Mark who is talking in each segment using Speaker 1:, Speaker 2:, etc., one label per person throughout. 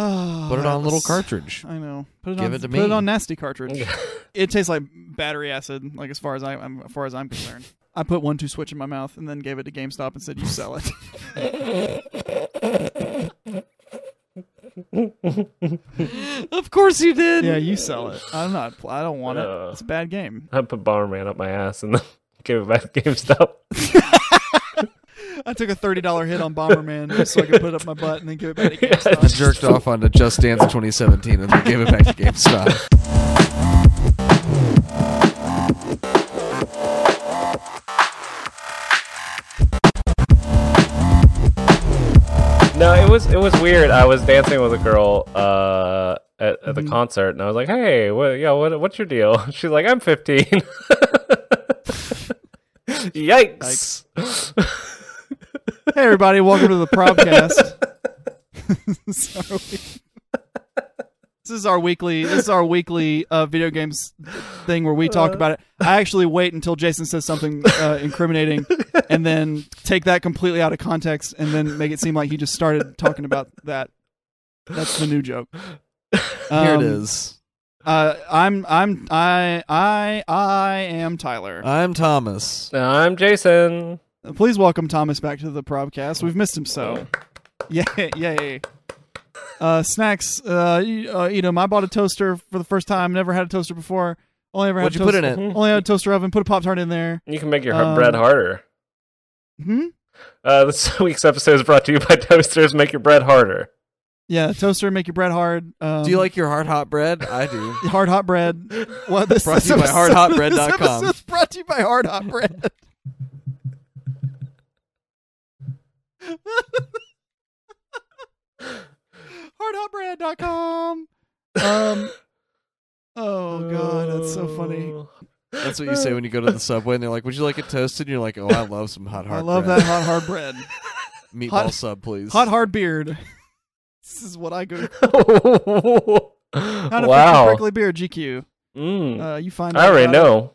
Speaker 1: Oh,
Speaker 2: Put it on a
Speaker 1: that
Speaker 2: little
Speaker 1: was-
Speaker 2: cartridge.
Speaker 1: I know. Put it
Speaker 2: Give
Speaker 1: on,
Speaker 2: it to
Speaker 1: put it
Speaker 2: me.
Speaker 1: on nasty cartridge. it tastes like battery acid. Like as far as I, I'm, as far as I'm concerned, I put one two switch in my mouth and then gave it to GameStop and said, "You sell it."
Speaker 2: Of course you did.
Speaker 1: yeah, you sell it. I'm not. pl- I don't want
Speaker 3: Uh.
Speaker 1: it. It's a bad game.
Speaker 3: I put Bomberman up my ass and then gave it back to GameStop.
Speaker 1: I took a thirty dollar hit on Bomberman just so I could put it up my butt and then give it back to GameStop.
Speaker 2: I jerked off onto Just Dance 2017 and then gave it back to GameStop.
Speaker 3: No, it was it was weird. I was dancing with a girl uh, at, at the
Speaker 1: Mhm.
Speaker 3: concert, and I was like, "Hey, what? Yeah, what, what's your deal?" She's like, "I'm 15." Yikes!
Speaker 1: Hey everybody, welcome to the Probcast. this, is our week- this is our weekly. This is our weekly uh, video games thing where we
Speaker 2: Uh.
Speaker 1: talk about it. I actually wait until Jason says something uh, incriminating, and then take that completely out of context, and then make it seem like he just started talking about that. That's the new joke.
Speaker 2: Here
Speaker 1: Um,
Speaker 2: it is.
Speaker 1: Uh, I'm I'm I I I am Tyler.
Speaker 2: I'm Thomas.
Speaker 3: I'm Jason.
Speaker 1: Please welcome Thomas back to the Probcast. We've missed him so. Yay, yay. Uh, snacks, uh, you, uh, eat 'em. I bought a toaster for the first time. Never had a toaster before. Only ever had a
Speaker 2: What'd you put
Speaker 1: toaster.
Speaker 2: in it?
Speaker 1: Only had a toaster oven. Put a Pop Tart in there.
Speaker 3: You can make your
Speaker 1: Um,
Speaker 3: bread harder.
Speaker 1: Hmm?
Speaker 3: Uh, this week's episode is brought to you by Toasters. Make your bread harder.
Speaker 1: Yeah, toaster, make your bread hard. Um,
Speaker 2: Do you like your hard hot bread? I do.
Speaker 1: hard hot bread? Well, this,
Speaker 2: Brought to you by
Speaker 1: this episode-
Speaker 2: hardhotbread.com.
Speaker 1: This episode's brought to you by Hard Hot Bread. Hardhotbread.com. Um, oh, God, that's so funny.
Speaker 3: Oh.
Speaker 2: That's what you say when you go to the subway and they're like, "Would you like it toasted?" And you're like, "Oh, I love some hot hard.
Speaker 1: I love
Speaker 2: bread.
Speaker 1: that hot hard bread.
Speaker 2: meatball
Speaker 1: hot-
Speaker 2: sub, please."
Speaker 1: hot hard beard. This is what I go. How to wow.
Speaker 3: wow.
Speaker 1: prickly beard GQ.
Speaker 3: Mm.
Speaker 1: Uh, you find.
Speaker 3: I
Speaker 1: out
Speaker 3: already
Speaker 1: about it.
Speaker 3: know.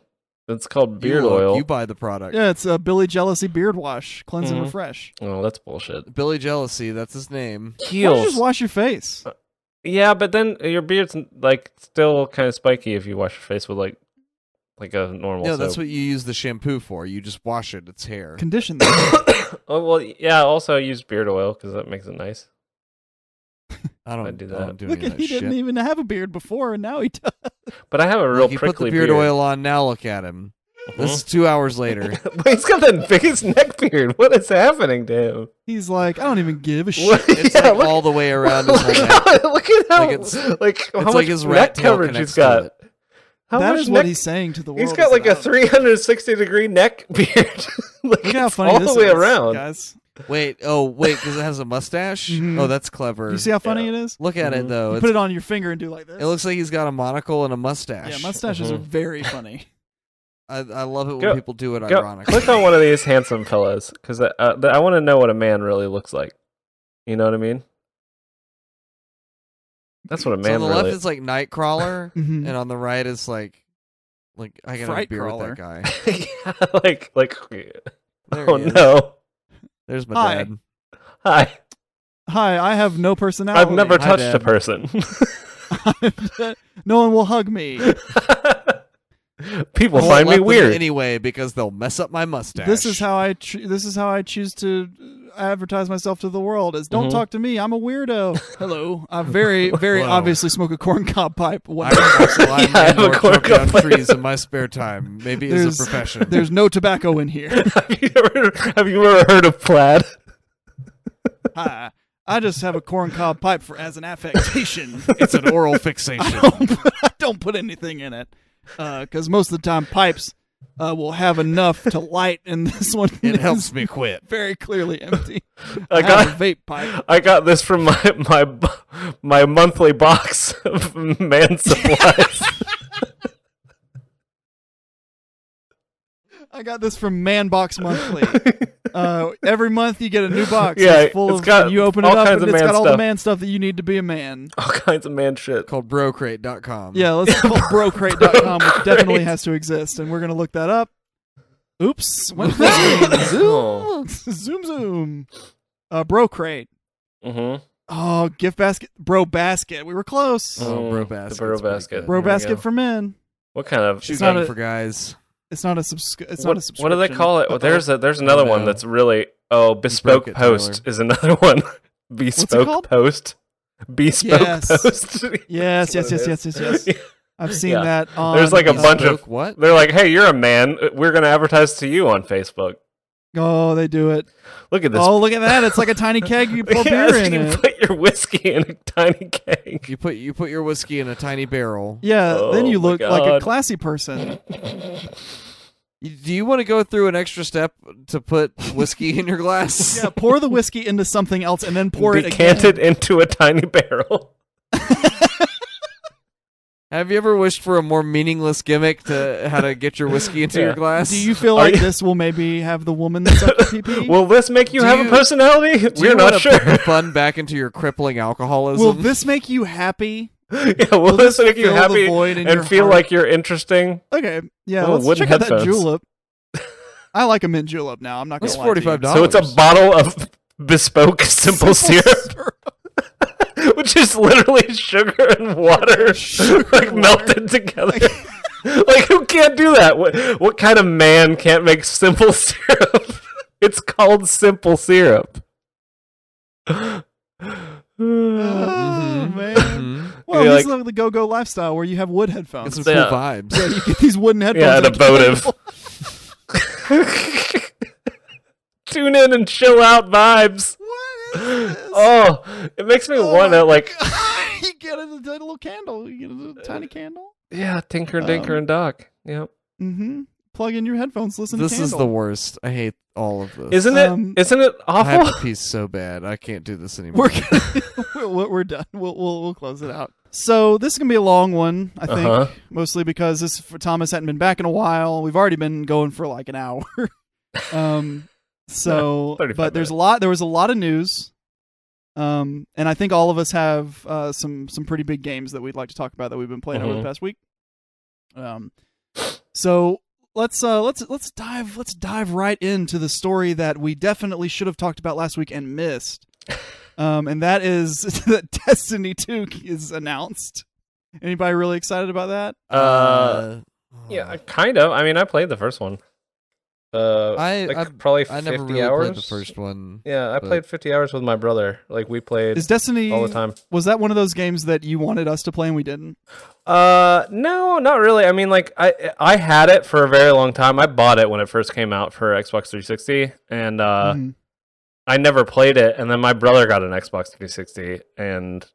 Speaker 3: It's called
Speaker 2: You
Speaker 3: beard
Speaker 2: look,
Speaker 3: oil.
Speaker 2: You buy the product.
Speaker 1: Yeah, it's a Billy Jealousy beard wash, cleanse and
Speaker 3: Mhm.
Speaker 1: refresh.
Speaker 3: Oh, that's bullshit.
Speaker 2: Billy Jealousy, that's his name.
Speaker 1: Why don't you
Speaker 3: Heels.
Speaker 1: just wash your face?
Speaker 3: Yeah, but then your beard's like still kind of spiky if you wash your face with like like a normal.
Speaker 2: no, that's
Speaker 3: soap.
Speaker 2: what you use the shampoo for. You just wash it. It's hair.
Speaker 1: Condition that.
Speaker 3: Oh well, yeah. Also, I use beard oil because that makes it nice.
Speaker 2: I don't
Speaker 3: I do
Speaker 2: I don't
Speaker 3: that.
Speaker 2: do
Speaker 1: Look
Speaker 2: any
Speaker 1: at
Speaker 2: of that
Speaker 1: he
Speaker 2: shit.
Speaker 1: didn't even have a beard before, and now he does.
Speaker 3: But I have a real
Speaker 2: Look, you put the
Speaker 3: prickly Uh-huh.
Speaker 2: beard, oil on. Now look at him. This is two hours later.
Speaker 3: Wait, he's got the biggest neck beard. What is happening to him?
Speaker 1: He's like, I don't even give a shit.
Speaker 3: What-
Speaker 2: It's
Speaker 3: yeah,
Speaker 2: like
Speaker 3: look,
Speaker 2: all the way around
Speaker 3: look,
Speaker 2: his whole neck.
Speaker 3: how, look at how
Speaker 2: Like,
Speaker 3: like,
Speaker 2: it's-
Speaker 3: how
Speaker 2: It's
Speaker 3: much
Speaker 2: like his rat
Speaker 3: neck
Speaker 2: tail
Speaker 3: coverage
Speaker 2: connects
Speaker 3: he's
Speaker 2: to
Speaker 3: got.
Speaker 2: it.
Speaker 3: How
Speaker 1: that
Speaker 3: much
Speaker 1: is what
Speaker 3: neck-
Speaker 1: he's saying to the world.
Speaker 3: He's got
Speaker 1: is
Speaker 3: like
Speaker 1: that I
Speaker 3: a
Speaker 1: don't-
Speaker 3: 360 degree neck beard. like,
Speaker 1: Look at how
Speaker 3: it's
Speaker 1: funny
Speaker 3: all
Speaker 1: this
Speaker 3: the way
Speaker 1: is,
Speaker 3: around.
Speaker 1: guys.
Speaker 2: Wait, oh wait, because it has a mustache.
Speaker 1: Mhm.
Speaker 2: Oh, that's clever.
Speaker 1: You see how funny
Speaker 3: Yeah.
Speaker 1: it is?
Speaker 2: look at it
Speaker 3: Mhm.
Speaker 2: though.
Speaker 1: You
Speaker 2: It's-
Speaker 1: put it on your finger and do like this.
Speaker 2: it looks Mm-hmm. like he's got a monocle and a mustache.
Speaker 1: yeah, mustaches
Speaker 3: Mhm.
Speaker 1: are very funny.
Speaker 2: I, I love it when
Speaker 3: Mm-hmm. Go-
Speaker 2: people do it
Speaker 3: Go-
Speaker 2: ironically.
Speaker 3: click on one of these handsome fellas because I, uh, I want to know what a man really looks like. You know what I mean? That's what a
Speaker 2: So
Speaker 3: man
Speaker 2: on the
Speaker 3: really.
Speaker 2: left is like Nightcrawler,
Speaker 1: Mhm.
Speaker 2: and on the right is like, like I got a
Speaker 1: Fright
Speaker 2: beer
Speaker 1: crawler.
Speaker 2: with that guy.
Speaker 3: Yeah, like, like.
Speaker 2: There
Speaker 3: oh
Speaker 2: he is.
Speaker 3: no!
Speaker 2: There's my
Speaker 1: Hi.
Speaker 2: dad.
Speaker 3: Hi,
Speaker 1: Hi, I have no personality.
Speaker 3: I've
Speaker 2: Hi,
Speaker 3: never touched a
Speaker 2: Dad.
Speaker 3: person.
Speaker 1: no one will hug me.
Speaker 3: People
Speaker 2: I won't let
Speaker 3: find me
Speaker 2: them
Speaker 3: weird.
Speaker 2: anyway because they'll mess up my mustache.
Speaker 1: This is how I. Tr- this is how I choose to uh, advertise myself to the world. Is don't
Speaker 3: Mhm.
Speaker 1: talk to me. I'm a weirdo. Hello. I very, very
Speaker 2: Wow.
Speaker 1: obviously smoke a corncob pipe. Wow.
Speaker 2: I also
Speaker 3: Yeah, I have a
Speaker 2: landlord chop
Speaker 3: cornucopia.
Speaker 2: down trees in my spare time. Maybe it's
Speaker 1: There's-
Speaker 2: a profession.
Speaker 1: There's no tobacco in here.
Speaker 3: have you ever have you ever heard of plaid?
Speaker 1: Hi. I just have a corncob pipe for as an affectation.
Speaker 2: it's an oral fixation.
Speaker 1: don't put, I don't put anything in it because most of the time pipes uh, will have enough to light, and this one
Speaker 2: It
Speaker 1: is
Speaker 2: helps me quit.
Speaker 1: very clearly empty. I
Speaker 3: I
Speaker 1: have
Speaker 3: got
Speaker 1: a vape pipe.
Speaker 3: I got this from my my bu- my monthly box of man supplies.
Speaker 1: I got this from Man Box Monthly. Uh, every month you get a new box.
Speaker 3: Yeah,
Speaker 1: it's full
Speaker 3: it's
Speaker 1: of.
Speaker 3: got
Speaker 1: and you open it
Speaker 3: all
Speaker 1: up,
Speaker 3: kinds
Speaker 1: and
Speaker 3: of
Speaker 1: it's
Speaker 3: man
Speaker 1: got all the
Speaker 3: stuff.
Speaker 1: man stuff that you need to be a man.
Speaker 3: all kinds of man shit.
Speaker 2: Called brocrate.com.
Speaker 1: Yeah, let's call brocrate.com, which definitely has to exist, and we're gonna look that up. Oops, went
Speaker 3: Oh.
Speaker 1: zoom, zoom, zoom, zoom. Uh, brocrate.
Speaker 3: Mm-hmm.
Speaker 1: Oh, gift basket, bro basket. We were close.
Speaker 2: Oh,
Speaker 3: Mm,
Speaker 2: bro
Speaker 3: the
Speaker 2: basket's
Speaker 3: bro
Speaker 2: pretty
Speaker 3: basket.
Speaker 2: good.
Speaker 1: bro
Speaker 3: there we
Speaker 1: basket
Speaker 3: go.
Speaker 1: for men.
Speaker 3: What kind of
Speaker 2: Shoot
Speaker 1: It's not
Speaker 2: gun
Speaker 1: a-
Speaker 2: for guys.
Speaker 1: It's not a subscri- It's not
Speaker 3: what,
Speaker 1: a
Speaker 3: what
Speaker 1: subscription.
Speaker 3: do they call it? Well, there's a, there's another one
Speaker 2: no.
Speaker 3: that's really oh bespoke
Speaker 2: it,
Speaker 3: post is another one. bespoke
Speaker 1: called?
Speaker 3: post. Bespoke
Speaker 1: Yes.
Speaker 3: post.
Speaker 1: Yes, yes,
Speaker 3: That's
Speaker 1: yes,
Speaker 3: what
Speaker 1: yes, yes, yes.
Speaker 3: Yeah.
Speaker 1: I've seen
Speaker 3: Yeah.
Speaker 1: that. On
Speaker 3: There's like a
Speaker 1: uh,
Speaker 3: bunch of-
Speaker 2: Bespoke what?
Speaker 3: They're like, hey, you're a man. We're gonna advertise to you on Facebook.
Speaker 1: Oh, they do it.
Speaker 3: Look at this.
Speaker 1: Oh, look at that! It's like a tiny keg you pour
Speaker 3: Yes,
Speaker 1: beer in.
Speaker 3: you
Speaker 1: It.
Speaker 3: put your whiskey in a tiny keg.
Speaker 2: You put you put your whiskey in a tiny barrel.
Speaker 1: Yeah, then
Speaker 3: Oh
Speaker 1: you
Speaker 3: my
Speaker 1: look like a
Speaker 3: God.
Speaker 1: classy person.
Speaker 2: You- Do you want to go through an extra step to put whiskey in your glass?
Speaker 1: Yeah, pour the whiskey into something else and then pour it again.
Speaker 3: Decanted into a tiny barrel.
Speaker 2: Have you ever wished for a more meaningless gimmick to how to get your whiskey into
Speaker 3: Yeah.
Speaker 2: your glass?
Speaker 1: Do you feel
Speaker 3: Are
Speaker 1: like
Speaker 3: you-
Speaker 1: this will maybe have the woman that's up to PP?
Speaker 3: Will this make you
Speaker 2: Do
Speaker 3: have
Speaker 2: you-
Speaker 3: a personality?
Speaker 2: Do you
Speaker 3: We're not
Speaker 2: wanna
Speaker 3: sure.
Speaker 2: Put the fun back into your crippling alcoholism.
Speaker 1: Will this make you happy?
Speaker 3: yeah, will, this make you
Speaker 1: fill the
Speaker 3: happy
Speaker 1: void in your
Speaker 3: and feel
Speaker 1: heart?
Speaker 3: like you're interesting?
Speaker 1: Okay, yeah,
Speaker 3: Oh,
Speaker 1: let's
Speaker 3: wooden
Speaker 1: check out that
Speaker 3: headphones.
Speaker 1: julip. I like a mint julep now. I'm not gonna
Speaker 2: That's
Speaker 1: lie to you.
Speaker 2: forty five dollars.
Speaker 3: So it's a bottle of bespoke simple syrup, which is literally sugar and water
Speaker 1: Sugar
Speaker 3: like
Speaker 1: and
Speaker 3: melted together. like who can't do that? What what kind of man can't make simple syrup? it's called simple syrup.
Speaker 1: Oh
Speaker 2: Mhm.
Speaker 1: man! Well,
Speaker 3: Mm-hmm. You're
Speaker 1: this
Speaker 3: like-
Speaker 1: is the go-go lifestyle where you have wood headphones.
Speaker 2: It's some
Speaker 3: Yeah.
Speaker 2: cool vibes.
Speaker 1: yeah, you get these wooden headphones.
Speaker 3: yeah, and
Speaker 1: and a
Speaker 3: emotive. Tune in and chill out vibes.
Speaker 1: What is this?
Speaker 3: Oh, it makes me
Speaker 1: Oh
Speaker 3: want
Speaker 1: my
Speaker 3: to like,
Speaker 1: you get a little candle. You get a little tiny candle.
Speaker 3: yeah, Tinker Dinker
Speaker 1: Um,
Speaker 3: and Doc. Yep.
Speaker 1: Mm-hmm. Plug in your headphones. Listen.
Speaker 2: This
Speaker 1: to
Speaker 2: is
Speaker 1: candle.
Speaker 2: the worst. I hate all of this.
Speaker 3: Isn't it?
Speaker 1: um,
Speaker 3: not it
Speaker 2: I have
Speaker 3: awful?
Speaker 2: to pee so bad. I can't do this anymore.
Speaker 1: We're gonna, we're, we're done. We'll, we'll we'll close it out. So this is gonna be a long one, I think,
Speaker 3: Uh-huh.
Speaker 1: mostly because this for Thomas hadn't been back in a while. We've already been going for like an hour. um, so
Speaker 3: 35
Speaker 1: but there's a lot. There was a lot of news. Um, and I think all of us have uh, some some pretty big games that we'd like to talk about that we've been playing over the
Speaker 3: Mhm.
Speaker 1: past week. Um, so let's uh let's let's dive let's dive right into the story that we definitely should have talked about last week and missed. Um, and that is that Destiny 2 is announced. Anybody really excited about that?
Speaker 3: Uh, yeah, kind of. I mean, I played the first one. Uh,
Speaker 2: I-
Speaker 3: like
Speaker 2: I-
Speaker 3: probably
Speaker 2: I
Speaker 3: 50
Speaker 2: never really
Speaker 3: hours.
Speaker 2: played the first one.
Speaker 3: Yeah, I
Speaker 2: but-
Speaker 3: played 50 hours with my brother. Like we played
Speaker 1: Is Destiny
Speaker 3: all the time.
Speaker 1: was that one of those games that you wanted us to play and we didn't?
Speaker 3: Uh, no, not really. I mean, like I I had it for a very long time. I bought it when it first came out for Xbox 360,
Speaker 2: Hmm.
Speaker 3: and uh,
Speaker 1: Mhm.
Speaker 3: I never played it. And then my brother got an Xbox 360 and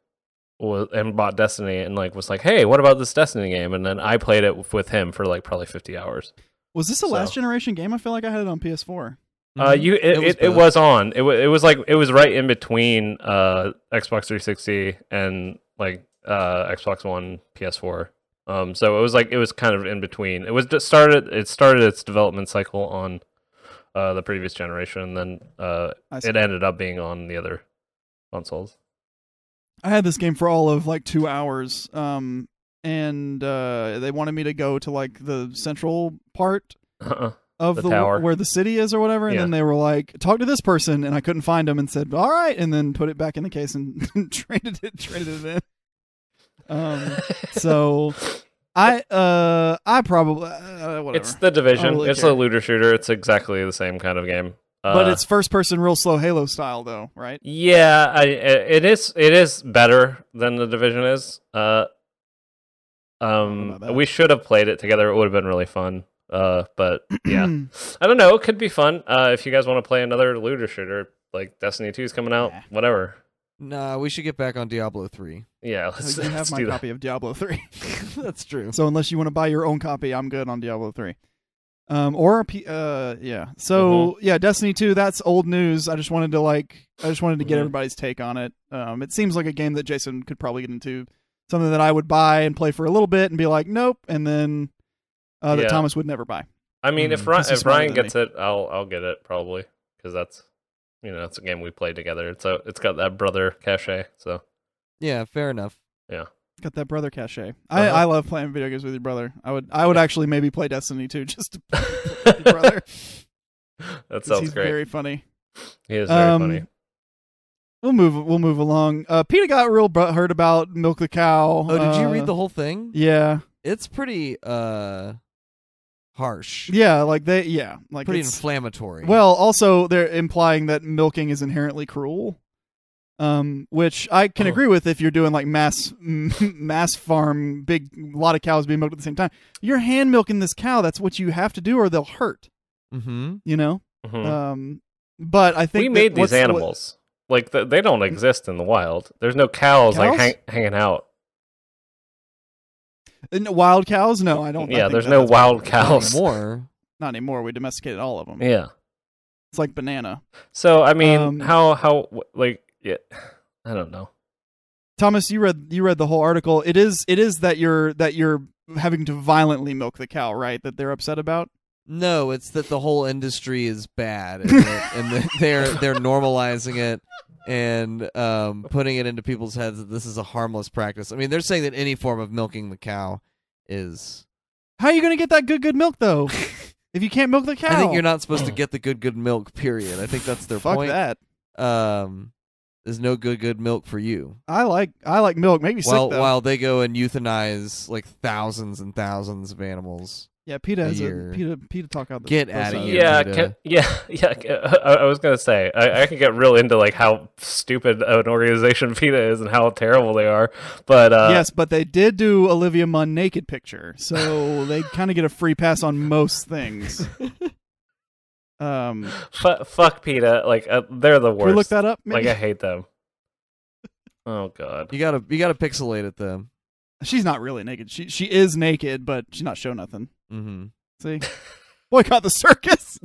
Speaker 3: was and bought Destiny, and like was like, hey, what about this Destiny game? And then I played it with him for like probably 50 hours.
Speaker 1: Was this a last
Speaker 3: so-
Speaker 1: generation game? I feel like I had it on PS4.
Speaker 3: Uh,
Speaker 1: Mm-hmm.
Speaker 3: you it, it,
Speaker 2: was
Speaker 3: was, it,
Speaker 2: both.
Speaker 3: was on. It was it was like it was right in between uh Xbox 360 and like uh Xbox One, PS4. Um, so it was like it was kind of in between. It was just started. It started its development cycle on uh the previous generation, and then uh
Speaker 1: I, see.
Speaker 3: it ended up being on the other consoles.
Speaker 1: I had this game for all of like two hours. Um, and uh, they wanted me to go to like the central part
Speaker 3: Uh-uh.
Speaker 1: of the,
Speaker 3: The tower.
Speaker 1: where the city is or whatever, and
Speaker 3: Yeah.
Speaker 1: then they were like, "Talk to this person," and I couldn't find him, and said, "All right," and then put it back in the case and, traded it, traded it in. Um, so I uh I probably uh, whatever,
Speaker 3: It's the division.
Speaker 1: really
Speaker 3: it's
Speaker 1: care.
Speaker 3: a looter shooter. It's exactly the same kind of game. Uh,
Speaker 1: but it's first person, real slow Halo style though, right?
Speaker 3: Yeah, I, i- it is. It is better than the division is. Uh, um,
Speaker 1: about that.
Speaker 3: we should have played it together. It would have been really fun. Uh, but yeah, I don't know. It could be fun. Uh, if you guys want to play another looter shooter, like Destiny Two is coming out,
Speaker 1: Nah.
Speaker 3: whatever.
Speaker 2: Nah, we should get back on Diablo three.
Speaker 3: Yeah, let's,
Speaker 1: Oh, you have
Speaker 3: let's
Speaker 1: my
Speaker 3: do that.
Speaker 1: copy of Diablo three.
Speaker 2: That's true.
Speaker 1: So unless you want to buy your own copy, I'm good on Diablo three. Um, or a P- uh, yeah. So yeah, Destiny two. That's old news. I just wanted to like, I just wanted to get
Speaker 3: Mhm.
Speaker 1: everybody's take on it. Um, it seems like a game that Jason could probably get into. Something that I would buy and play for a little bit and be like, nope, and then uh, that
Speaker 3: Yeah.
Speaker 1: Thomas would never buy.
Speaker 3: I mean,
Speaker 2: Mm,
Speaker 3: if Ryan,
Speaker 1: Hmm, this is
Speaker 3: if Ryan
Speaker 1: smarter than
Speaker 3: gets it, I'll I'll get it probably because that's you know it's a game we played together. It's a, it's got that brother cachet. So
Speaker 2: Yeah, fair enough.
Speaker 1: Got that brother cachet. I,
Speaker 3: Uh-huh.
Speaker 1: I love playing video games with your brother. I would I would actually maybe play Destiny two just to your
Speaker 3: that
Speaker 1: brother. 'cause
Speaker 3: sounds
Speaker 1: he's
Speaker 3: great.
Speaker 1: very funny.
Speaker 3: he is very
Speaker 1: Um,
Speaker 3: funny.
Speaker 1: We'll move. We'll move along. Uh, Peter got real butthurt about milk the cow.
Speaker 2: Oh, did you
Speaker 1: Uh,
Speaker 2: read the whole thing?
Speaker 1: Yeah,
Speaker 2: It's pretty uh harsh.
Speaker 1: yeah. Like they. Yeah, like
Speaker 2: pretty
Speaker 1: it's-
Speaker 2: inflammatory.
Speaker 1: Well, also they're implying that milking is inherently cruel, um, which I can
Speaker 2: Oh.
Speaker 1: agree with if you're doing like mass mass farm, big lot of cows being milked at the same time. You're hand milking this cow. That's what you have to do, or they'll hurt.
Speaker 2: mm-hmm.
Speaker 1: You know.
Speaker 3: Mhm.
Speaker 1: Um, but I think
Speaker 3: we
Speaker 1: that
Speaker 3: made
Speaker 1: what's-
Speaker 3: these
Speaker 1: what-
Speaker 3: animals. Like th- they don't exist in the wild. There's no cows, like
Speaker 1: Cows?
Speaker 3: hang- hanging out.
Speaker 1: uh, no, wild cows? No, I don't. I
Speaker 3: yeah,
Speaker 1: think
Speaker 3: there's
Speaker 1: that
Speaker 3: no
Speaker 1: that's what
Speaker 3: wild
Speaker 1: we're doing.
Speaker 3: cows.
Speaker 2: more.
Speaker 1: Not anymore. We domesticated all of them.
Speaker 3: Yeah.
Speaker 1: It's like banana.
Speaker 3: So I mean,
Speaker 1: Um,
Speaker 3: how how wh- like yeah, I don't know.
Speaker 1: Thomas, you read you read the whole article. It is it is that you're that you're having to violently milk the cow, right? That they're upset about.
Speaker 2: No, it's that the whole industry is bad, and that, and that they're they're normalizing it and um, putting it into people's heads that this is a harmless practice. I mean, they're saying that any form of milking the cow is.
Speaker 1: How are you going to get that good good milk though? if you can't milk the cow,
Speaker 2: I think you're not supposed to get the good good milk. Period. I think that's their
Speaker 1: Fuck
Speaker 2: point.
Speaker 1: that.
Speaker 2: Um, there's no good good milk for you.
Speaker 1: I like I like milk. Make me
Speaker 2: While
Speaker 1: sick though.
Speaker 2: while they go and euthanize like thousands and thousands of animals.
Speaker 1: yeah, Peter has a
Speaker 2: Here.
Speaker 1: Peter Peter talk out. The,
Speaker 2: Get
Speaker 1: those
Speaker 2: outta
Speaker 1: sides.
Speaker 2: here.
Speaker 3: Yeah,
Speaker 2: need
Speaker 3: can,
Speaker 2: to-
Speaker 3: yeah, yeah. ca- I, I was gonna say I, I could get real into like how stupid an organization PETA is and how terrible they are, but uh,
Speaker 1: yes, but they did do Olivia Munn naked picture, so they kind of get a free pass on most things. um,
Speaker 3: fu- fuck PETA. Like uh, they're the
Speaker 1: can we
Speaker 3: worst.
Speaker 1: look that up.
Speaker 3: like
Speaker 1: Maybe?
Speaker 3: I hate them. Oh god.
Speaker 2: You gotta you gotta pixelate it though.
Speaker 1: she's not really naked. She she is naked, but she's not showing nothing.
Speaker 2: Mm-hmm.
Speaker 1: See, boycott the circus.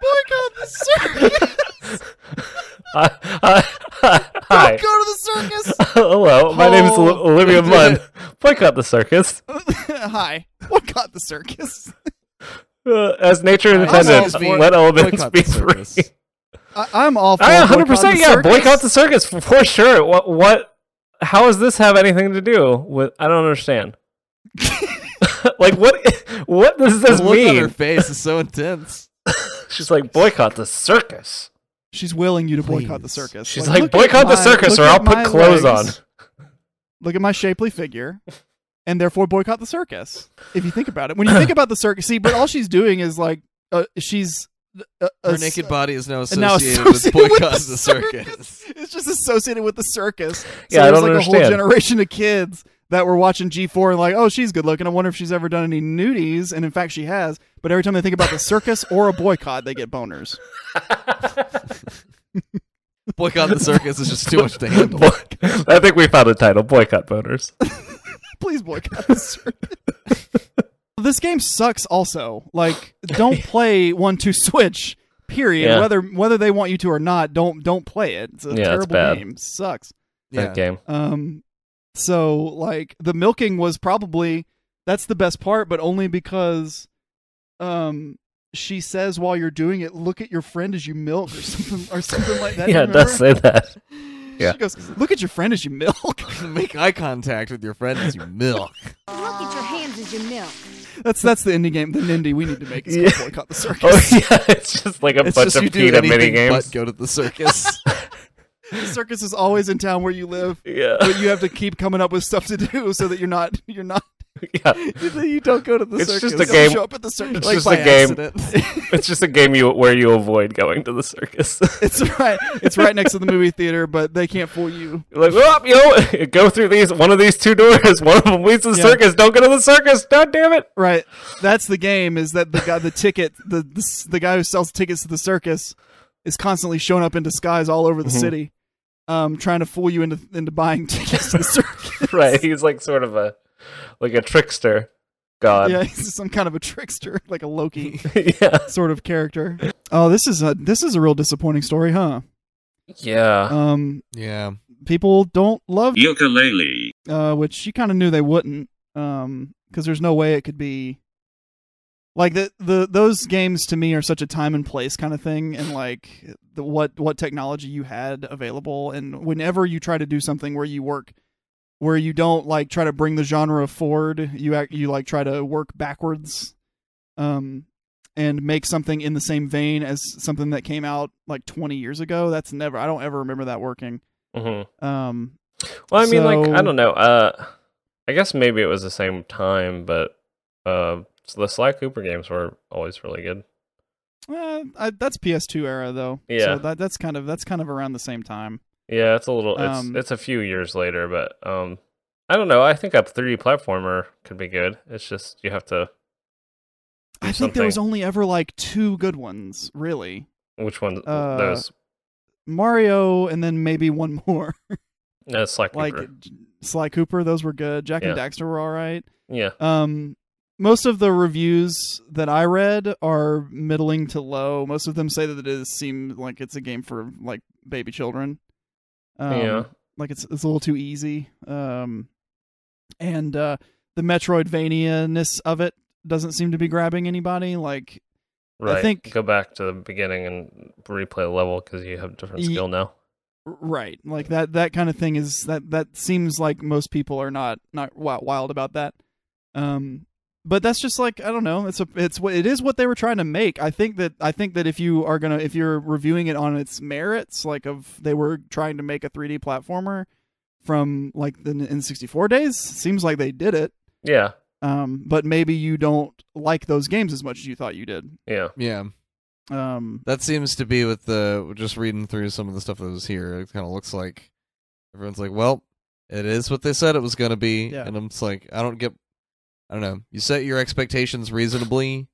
Speaker 1: boycott the circus.
Speaker 3: Hi- hi- hi.
Speaker 1: Don't go to the circus.
Speaker 3: Hello, my name is
Speaker 1: Oh,
Speaker 3: Ol- Olivia
Speaker 2: they did
Speaker 3: Munn. Boycott the circus.
Speaker 1: Hi, boycott the circus.
Speaker 3: Uh, as nature in
Speaker 2: Uh,
Speaker 3: attendance,
Speaker 2: also,
Speaker 3: let elements
Speaker 2: Boycott
Speaker 3: be
Speaker 2: the
Speaker 3: free.
Speaker 2: service.
Speaker 1: I, I'm all for
Speaker 3: I 100
Speaker 1: boycott
Speaker 3: percent
Speaker 1: the
Speaker 3: yeah,
Speaker 1: circus.
Speaker 3: boycott the circus for, for sure. What what? How does this have anything to do with? I don't understand. like what? What does this
Speaker 2: the look on her
Speaker 3: mean?
Speaker 2: face is so intense.
Speaker 3: She's like boycott the circus.
Speaker 1: She's willing you to boycott the
Speaker 2: Please.
Speaker 1: circus.
Speaker 3: She's like,
Speaker 1: "Look at
Speaker 3: boycott the
Speaker 1: my-
Speaker 3: circus,
Speaker 1: look
Speaker 3: or
Speaker 1: at
Speaker 3: I'll put
Speaker 1: my
Speaker 3: clothes
Speaker 1: legs.
Speaker 3: on.
Speaker 1: Look at my shapely figure, and therefore boycott the circus. If you think about it, when you think about the circus, see, but all she's doing is like uh, she's uh,
Speaker 2: Her
Speaker 1: uh,
Speaker 2: naked body is now
Speaker 1: and now
Speaker 2: associated,
Speaker 1: associated
Speaker 2: with boycott
Speaker 1: with
Speaker 2: the circus.
Speaker 1: It's just associated with the circus. So
Speaker 3: Yeah, I
Speaker 1: there's
Speaker 3: don't
Speaker 1: like a whole
Speaker 3: understand.
Speaker 1: generation of kids that were watching G4 and like, oh, she's good looking. I wonder if she's ever done any nudies. And in fact, she has. But every time they think about the circus or a boycott, they get boners.
Speaker 2: boycott the circus is just too much to handle.
Speaker 3: Boy- I think we found a title: boycott boners.
Speaker 1: Please boycott the circus. this game sucks. Also, like, don't play one two switch. Period.
Speaker 3: Yeah.
Speaker 1: Whether whether they want you to or not, don't don't play it. It's a
Speaker 3: Yeah, it's
Speaker 1: terrible
Speaker 3: bad.
Speaker 1: game. Sucks.
Speaker 2: Yeah.
Speaker 3: That game.
Speaker 1: Um, so like the milking was probably that's the best part, but only because, um, she says while you're doing it, look at your friend as you milk or something or something like that.
Speaker 3: yeah,
Speaker 1: You
Speaker 3: it does
Speaker 1: remember?
Speaker 3: say that. yeah.
Speaker 1: She goes, look at your friend as you milk.
Speaker 2: Make eye contact with your friend as you milk.
Speaker 4: Look at your hands as you milk.
Speaker 1: That's that's the indie game. The indie we need to make is
Speaker 3: Yeah.
Speaker 1: called boycott the circus.
Speaker 3: Oh yeah, it's just like a
Speaker 2: It's
Speaker 3: bunch
Speaker 2: just
Speaker 3: of
Speaker 2: you do
Speaker 3: PETA mini
Speaker 2: anything
Speaker 3: games.
Speaker 2: but go to the circus.
Speaker 1: The circus is always in town where you live,
Speaker 3: Yeah,
Speaker 1: but you have to keep coming up with stuff to do so that you're not you're not
Speaker 3: yeah.
Speaker 1: you don't go to the
Speaker 3: It's
Speaker 1: circus.
Speaker 3: just a
Speaker 1: You don't
Speaker 3: game-
Speaker 1: Show up at the circus
Speaker 3: it's
Speaker 1: like
Speaker 3: just
Speaker 1: by
Speaker 3: a game.
Speaker 1: accident.
Speaker 3: It's just a game you where you avoid going to the circus.
Speaker 1: It's right. It's right next to the movie theater, but they can't fool you.
Speaker 3: You're like, well, you know, go through these one of these two doors. One of them leads to the
Speaker 1: Yeah.
Speaker 3: circus. Don't go to the circus. God damn it!
Speaker 1: Right. That's the game. Is that the guy? The ticket. The the, s- the guy who sells tickets to the circus is constantly showing up in disguise all over the city, um, trying to fool you into into buying tickets to the circus.
Speaker 3: Right? He's like sort of a like a trickster god.
Speaker 1: Yeah, he's some kind of a trickster, like a Loki
Speaker 3: yeah.
Speaker 1: sort of character. Oh, this is a this is a real disappointing story, huh?
Speaker 3: Yeah.
Speaker 1: Um,
Speaker 2: yeah.
Speaker 1: people don't love
Speaker 5: Ukulele.
Speaker 1: uh, which you kind of knew they wouldn't, because there's no way it could be like the the those games to me are such a time and place kind of thing, and like the, what what technology you had available, and whenever you try to do something where you work, where you don't like try to bring the genre forward, you act, you like try to work backwards. Um, and make something in the same vein as something that came out like 20 years ago. That's never. I don't ever remember that working.
Speaker 3: hmm
Speaker 1: Um,
Speaker 3: Well, I mean, like I
Speaker 1: So-
Speaker 3: don't know. Uh, I guess maybe it was the same time, but uh, the Sly Cooper games were always really good.
Speaker 1: eh, I, that's PS2 era though.
Speaker 3: Yeah.
Speaker 1: So that, that's kind of that's kind of around the same time.
Speaker 3: Yeah, it's a little. It's
Speaker 1: Um,
Speaker 3: it's a few years later, but um, I don't know. I think a 3D platformer could be good. It's just you have to.
Speaker 1: I think
Speaker 3: something.
Speaker 1: there was only ever like two good ones, really.
Speaker 3: Which one?
Speaker 1: Uh,
Speaker 3: those.
Speaker 1: Mario and then maybe one more.
Speaker 3: Uh, Sly Cooper.
Speaker 1: like J- Sly Cooper, those were good. Jack and
Speaker 3: Yeah.
Speaker 1: Daxter were all right.
Speaker 3: yeah.
Speaker 1: Um, most of the reviews that I read are middling to low. Most of them say that it is seem like it's a game for like baby children. Um,
Speaker 3: Yeah.
Speaker 1: like it's it's a little too easy. Um, and uh, the Metroidvania-ness of it doesn't seem to be grabbing anybody. Like
Speaker 3: Right.
Speaker 1: think-
Speaker 3: go back to the beginning and replay the level because you have different
Speaker 1: Ye-
Speaker 3: skill now.
Speaker 1: right, like that that kind of thing is that that seems like most people are not not wi- wild about that. Um, but that's just like I don't know. It's a it's what it is what they were trying to make. I think that I think that if you are gonna if you're reviewing it on its merits, like of they were trying to make a 3D platformer from like the N64 days, seems like they did it.
Speaker 3: Yeah.
Speaker 1: Um, but maybe you don't like those games as much as you thought you did.
Speaker 3: Yeah.
Speaker 2: Yeah,
Speaker 1: Um,
Speaker 2: that seems to be with the just reading through some of the stuff that was here. It kind of looks like everyone's like, "Well, it is what they said it was going to be,"
Speaker 1: Yeah.
Speaker 2: and I'm just like, "I don't get, I don't know." You set your expectations reasonably.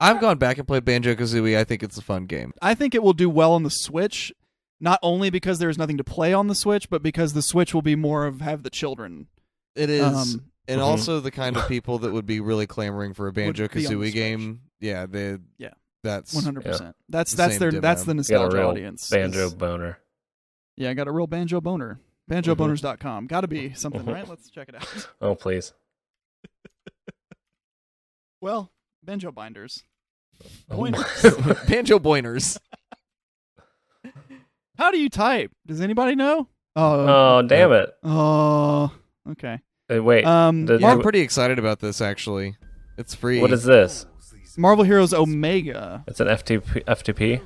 Speaker 2: I've gone back and played Banjo Kazooie. I think it's a fun game.
Speaker 1: I think it will do well on the Switch, not only because there is nothing to play on the Switch, but because the Switch will be more of have the children.
Speaker 2: It is.
Speaker 1: Um,
Speaker 2: and
Speaker 3: Mhm.
Speaker 2: also the kind of people that would be really clamoring for a banjo
Speaker 1: be on the
Speaker 2: kazooie game. Yeah, they.
Speaker 1: Yeah.
Speaker 2: that's
Speaker 1: One hundred
Speaker 3: Yeah.
Speaker 1: percent. That's
Speaker 2: The
Speaker 1: that's
Speaker 2: same
Speaker 1: their
Speaker 2: demo.
Speaker 1: that's the
Speaker 3: Got a
Speaker 1: nostalgia
Speaker 3: real
Speaker 1: audience.
Speaker 3: banjo
Speaker 1: It's-
Speaker 3: boner.
Speaker 1: Yeah, I got a real banjo boner. Banjoboners.com. Got to be something,
Speaker 3: Mhm.
Speaker 1: right? Let's check it out.
Speaker 3: Oh please.
Speaker 1: Well, banjo binders.
Speaker 3: Oh
Speaker 1: Boner.
Speaker 3: my-
Speaker 2: banjo boiners.
Speaker 1: How do you type? Does anybody know? Oh,
Speaker 3: oh damn it!
Speaker 1: oh, okay.
Speaker 3: Uh, Wait.
Speaker 1: Um,
Speaker 3: the-
Speaker 2: Well, I'm
Speaker 3: Yeah.
Speaker 2: pretty excited about this actually. It's free.
Speaker 3: what is this?
Speaker 1: Marvel Heroes Omega.
Speaker 3: It's an FTP. FTP.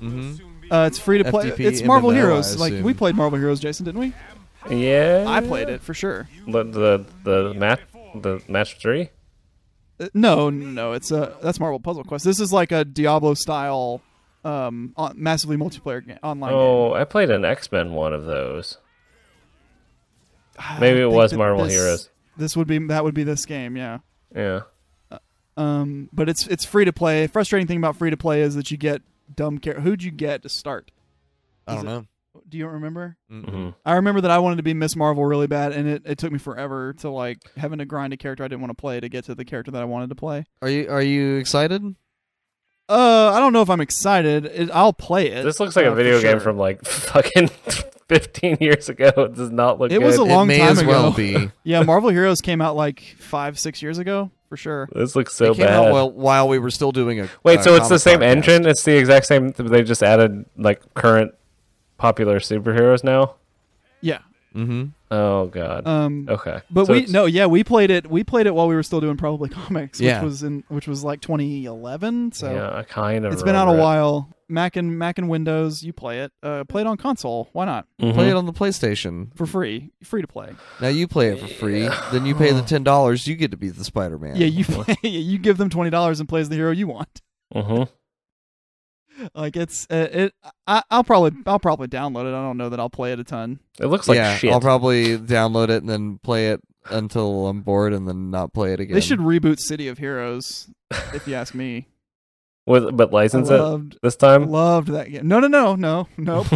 Speaker 2: hmm
Speaker 1: Uh, it's free to play.
Speaker 2: FTP
Speaker 1: it's Marvel
Speaker 2: MMO, I
Speaker 1: Heroes. Like we
Speaker 2: assume.
Speaker 1: played Marvel Heroes, Jason, didn't we?
Speaker 3: Yeah.
Speaker 1: I played it for sure.
Speaker 3: The the the match the match three.
Speaker 1: Uh, no, no, no. It's a that's Marvel Puzzle Quest. This is like a Diablo style, um, on, massively multiplayer game, online. game.
Speaker 3: Oh, I played an X Men one of those. maybe
Speaker 1: I
Speaker 3: it
Speaker 1: think
Speaker 3: was
Speaker 1: that
Speaker 3: Marvel
Speaker 1: this-
Speaker 3: Heroes.
Speaker 1: This would be that would be this game, yeah.
Speaker 3: Yeah.
Speaker 1: Um, but it's it's free to play. Frustrating thing about free to play is that you get dumb care. Who'd you get to start?
Speaker 2: I don't
Speaker 1: is
Speaker 2: know.
Speaker 1: Do you remember?
Speaker 2: Mm-mm.
Speaker 3: hmm
Speaker 1: I remember that I wanted to be Miss Marvel really bad, and it, it took me forever to like having to grind a character I didn't want to play to get to the character that I wanted to play.
Speaker 2: Are you are you excited?
Speaker 1: Uh, I don't know if I'm excited. It, I'll play it.
Speaker 3: This looks like
Speaker 1: uh,
Speaker 3: a
Speaker 1: for
Speaker 3: video game
Speaker 1: sure.
Speaker 3: from like fucking 15 years ago. It does not look.
Speaker 1: It was
Speaker 3: good.
Speaker 1: a long
Speaker 2: it may
Speaker 1: time
Speaker 2: as well
Speaker 1: ago.
Speaker 2: be.
Speaker 1: yeah, Marvel Heroes came out like five, six years ago for sure.
Speaker 3: This looks so
Speaker 2: it came
Speaker 3: bad.
Speaker 2: out while, while we were still doing a.
Speaker 3: Wait,
Speaker 2: uh,
Speaker 3: so it's the
Speaker 2: comic
Speaker 3: same
Speaker 2: podcast.
Speaker 3: engine? It's the exact same. They just added like current popular superheroes now.
Speaker 1: Yeah.
Speaker 2: Mm-hmm.
Speaker 3: Oh god.
Speaker 1: Um.
Speaker 3: okay.
Speaker 1: But
Speaker 3: So
Speaker 1: we
Speaker 3: it's-
Speaker 1: no, yeah, we played it. We played it while we were still doing probably comics, which
Speaker 2: Yeah.
Speaker 1: was in which was like 2011. So
Speaker 3: yeah, I kind of.
Speaker 1: it's been out a while. Mac and Mac and Windows, you play it. Uh, play it on console. Why not?
Speaker 3: Mm-hmm,
Speaker 2: Play it on the PlayStation.
Speaker 1: For free, free to play.
Speaker 2: Now you play it for free. Then you pay the ten dollars. You get to be the Spider Man.
Speaker 1: Mm. Yeah, you play, yeah, you give them twenty dollars and play as the hero you want.
Speaker 3: hmm
Speaker 1: Like it's uh, it. I, I'll probably I'll probably download it. I don't know that I'll play it a ton.
Speaker 3: It looks like
Speaker 2: yeah,
Speaker 3: shit.
Speaker 2: I'll probably download it and then play it until I'm bored and then not play it again.
Speaker 1: They should reboot City of Heroes, if you ask me.
Speaker 3: With, but
Speaker 1: I
Speaker 3: license it
Speaker 1: loved
Speaker 3: this time.
Speaker 1: loved that game. No, no, no, no, nope.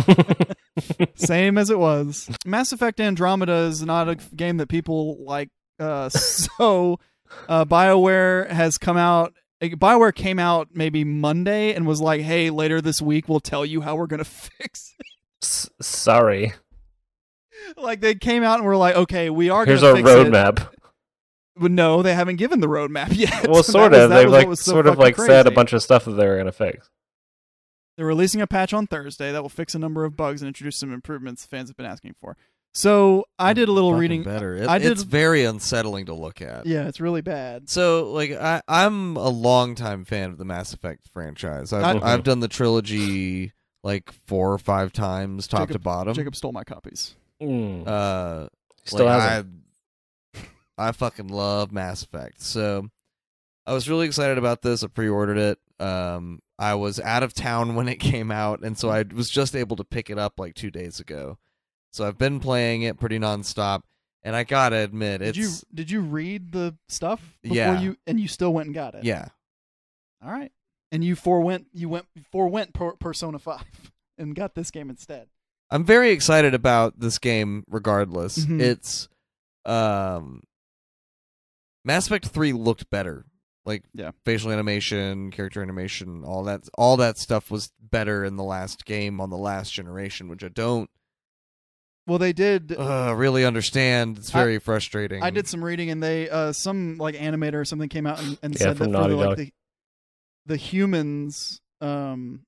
Speaker 1: Same as it was. Mass Effect Andromeda is not a game that people like. Uh, so, uh, BioWare has come out. uh, BioWare came out maybe Monday and was like, "Hey, later this week we'll tell you how we're gonna fix." it."
Speaker 3: S- sorry.
Speaker 1: like they came out and were like, "Okay, we are
Speaker 3: Here's
Speaker 1: gonna
Speaker 3: our
Speaker 1: fix it."
Speaker 3: roadmap.
Speaker 1: But no, they haven't given the roadmap yet.
Speaker 3: Well,
Speaker 1: That
Speaker 3: sort
Speaker 1: was-
Speaker 3: of.
Speaker 1: that
Speaker 3: They
Speaker 1: was what
Speaker 3: like
Speaker 1: was so
Speaker 3: sort of
Speaker 1: fucking
Speaker 3: like said a
Speaker 1: crazy.
Speaker 3: bunch of stuff that they were gonna fix.
Speaker 1: They're releasing a patch on Thursday that will fix a number of bugs and introduce some improvements fans have been asking for. So I did a little
Speaker 2: Fucking
Speaker 1: reading.
Speaker 2: Better. It-
Speaker 1: I did-
Speaker 2: It's very unsettling to look at.
Speaker 1: Yeah, it's really bad.
Speaker 2: So like I I'm a longtime fan of the Mass Effect franchise. I've
Speaker 3: I-
Speaker 2: I've done the trilogy like four or five times, top to
Speaker 1: Jacob-
Speaker 2: bottom.
Speaker 1: Jacob stole my copies.
Speaker 3: Mm.
Speaker 2: Uh,
Speaker 3: Still
Speaker 2: like,
Speaker 3: hasn't.
Speaker 2: I, I fucking love Mass Effect. So I was really excited about this. I pre-ordered it. Um, I was out of town when it came out, and so I was just able to pick it up like two days ago. So I've been playing it pretty nonstop, and I gotta admit,
Speaker 1: Did
Speaker 2: it's
Speaker 1: you did you read the stuff before
Speaker 2: Yeah.
Speaker 1: you and you still went and got it?
Speaker 2: yeah,
Speaker 1: All right. And you forewent you went forewent per- Persona Five and got this game instead.
Speaker 2: I'm very excited about this game. Regardless,
Speaker 1: Mhm.
Speaker 2: it's um, Mass Effect Three looked better. Like
Speaker 1: Yeah.
Speaker 2: facial animation, character animation, all that all that stuff was better in the last game on the last generation, which I don't
Speaker 1: Well, they did.
Speaker 2: uh, really understand. It's
Speaker 1: I-
Speaker 2: very frustrating.
Speaker 1: I did some reading, and they uh, some like animator or something came out and, and
Speaker 3: Yeah,
Speaker 1: said that for
Speaker 3: from
Speaker 1: the,
Speaker 3: Naughty
Speaker 1: like
Speaker 3: Dog.
Speaker 1: the, the humans um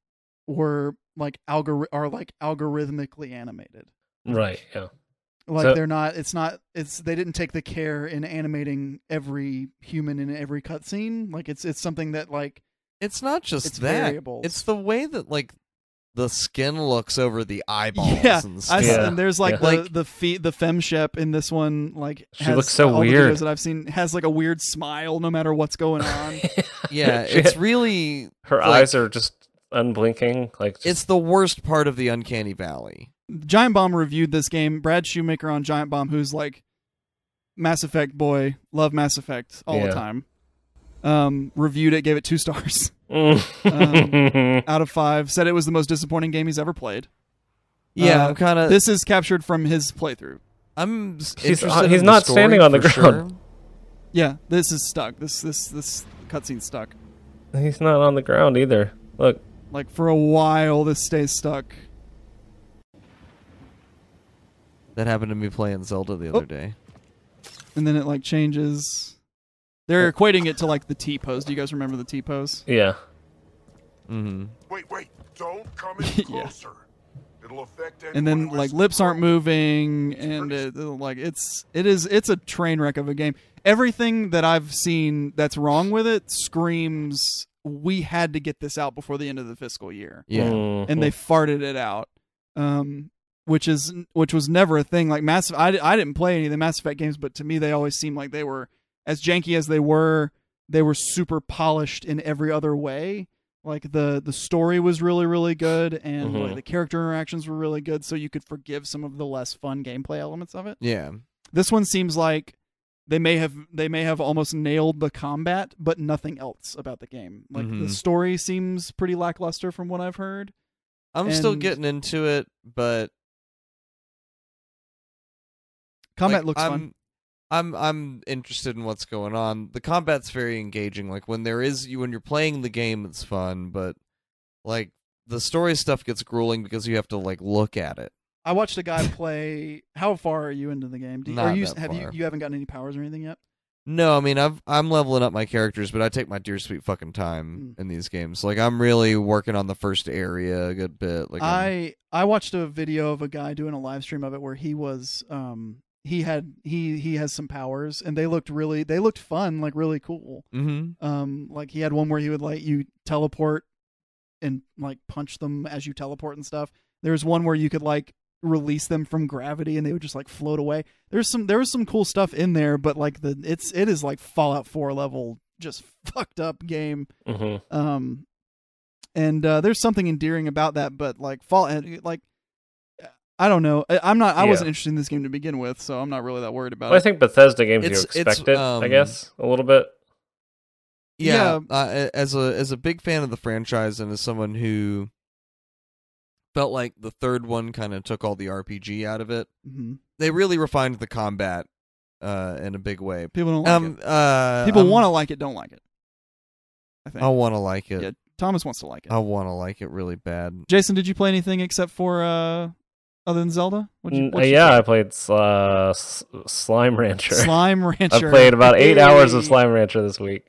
Speaker 1: were like algori- are like algorithmically animated.
Speaker 3: Right. Yeah.
Speaker 1: Like
Speaker 3: So-
Speaker 1: they're not. It's not. It's they didn't take the care in animating every human in every cutscene. Like it's it's something that like
Speaker 2: It's not just
Speaker 1: it's
Speaker 2: that.
Speaker 1: variables.
Speaker 2: It's the way that like the skin looks over the eyeballs
Speaker 1: Yeah,
Speaker 2: and stuff.
Speaker 1: I, s-
Speaker 3: Yeah.
Speaker 1: and there's like
Speaker 2: Yeah.
Speaker 1: the
Speaker 2: Like-
Speaker 1: the fe- the fem shep in this one like
Speaker 3: She
Speaker 1: has-
Speaker 3: looks so
Speaker 1: all the
Speaker 3: weird.
Speaker 1: videos that I've seen has like a weird smile no matter what's going on.
Speaker 2: Yeah,
Speaker 3: She-
Speaker 2: it's really
Speaker 3: her
Speaker 2: like-
Speaker 3: eyes are just unblinking. Like just-
Speaker 2: it's the worst part of the uncanny valley.
Speaker 1: Giant Bomb reviewed this game. Brad Shoemaker on Giant Bomb, who's like Mass Effect boy, love Mass Effect all
Speaker 3: Yeah.
Speaker 1: the time. Um, reviewed it, gave it two stars
Speaker 3: Mm.
Speaker 1: out of five. Said it was the most disappointing game he's ever played.
Speaker 2: Yeah,
Speaker 1: Uh,
Speaker 2: I'm kind of.
Speaker 1: this is captured from his playthrough.
Speaker 2: I'm s-
Speaker 3: He's- uh,
Speaker 2: interested in
Speaker 3: he's
Speaker 2: the
Speaker 3: not
Speaker 2: story
Speaker 3: standing on the
Speaker 2: for
Speaker 3: ground.
Speaker 2: sure.
Speaker 1: Yeah, this is stuck. This this this cutscene stuck. Um.
Speaker 3: He's not on the ground either. Look.
Speaker 1: Like for a while, this stays stuck.
Speaker 2: That happened to me playing Zelda the other day.
Speaker 1: and then it like changes. They're equating it to like the T pose. Do you guys remember the T pose?
Speaker 3: Yeah.
Speaker 2: Mm-hmm.
Speaker 5: Wait, wait, don't come in
Speaker 1: Yeah.
Speaker 5: closer. It'll affect anyone
Speaker 1: And then
Speaker 5: who
Speaker 1: like
Speaker 5: is-
Speaker 1: lips aren't moving, and it, like it's it is it's a train wreck of a game. Everything that I've seen that's wrong with it screams we had to get this out before the end of the fiscal year,
Speaker 2: Yeah.
Speaker 3: Mm.
Speaker 1: and they farted it out, um, which is which was never a thing. Like Mass, I I didn't play any of the Mass Effect games, but to me they always seemed like they were as janky as they were. They were super polished in every other way. like the the story was really really good and like,
Speaker 3: Mhm.
Speaker 1: the character interactions were really good so you could forgive some of the less fun gameplay elements of it
Speaker 2: Yeah.
Speaker 1: this one seems like they may have they may have almost nailed the combat but nothing else about the game like
Speaker 2: Mhm.
Speaker 1: the story seems pretty lackluster from what i've heard
Speaker 2: I'm still
Speaker 1: And-
Speaker 2: getting into it, but
Speaker 1: combat
Speaker 2: like,
Speaker 1: looks
Speaker 2: I'm,
Speaker 1: fun
Speaker 2: I'm I'm interested in what's going on. The combat's very engaging. Like when there is you when you're playing the game, it's fun, but like the story stuff gets grueling because you have to like look at it.
Speaker 1: i watched a guy play how far are you into the game Do you, are
Speaker 2: Not
Speaker 1: you
Speaker 2: that
Speaker 1: have you
Speaker 2: far.
Speaker 1: you haven't gotten any powers or anything yet
Speaker 2: No, I mean I've I'm leveling up my characters, but I take my dear sweet fucking time
Speaker 1: Mm.
Speaker 2: in these games. Like I'm really working on the first area a good bit. Like I'm-
Speaker 1: I I watched a video of a guy doing a live stream of it where he was um he had he he has some powers and they looked really they looked fun like really cool
Speaker 2: Mhm.
Speaker 1: um like he had one where he would let you teleport and like punch them as you teleport and stuff there's one where you could like release them from gravity and they would just like float away there's some there was some cool stuff in there but like the it's it is like Fallout 4 level just fucked up game
Speaker 3: Mhm.
Speaker 1: um and uh there's something endearing about that but like fall and uh, like i don't know I, i'm not i
Speaker 3: Yeah.
Speaker 1: wasn't interested in this game to begin with so i'm not really that worried about
Speaker 3: Well, I
Speaker 1: it
Speaker 3: think Bethesda games you
Speaker 2: It's- it's,
Speaker 3: expect it, I
Speaker 2: um,
Speaker 3: guess, a little bit.
Speaker 2: yeah, uh, a- as a as a big fan of the franchise and as someone who felt like the third one kind of took all the RPG out of it,
Speaker 1: Mhm.
Speaker 2: they really refined the combat uh, in a big way.
Speaker 1: people don't like
Speaker 2: Um, uh,
Speaker 1: it people
Speaker 2: I'm-
Speaker 1: want to like it don't like it i think
Speaker 2: I want to like it.
Speaker 1: Yeah. thomas wants to like it
Speaker 2: I want to like it really bad.
Speaker 1: jason did you play anything except for uh other than zelda What'd
Speaker 3: Mm,
Speaker 1: what'd
Speaker 3: yeah, I played uh, S- Slime Rancher.
Speaker 1: play? slime
Speaker 3: I
Speaker 1: rancher
Speaker 3: played about eight hours of
Speaker 1: Hey.
Speaker 3: Slime Rancher this week.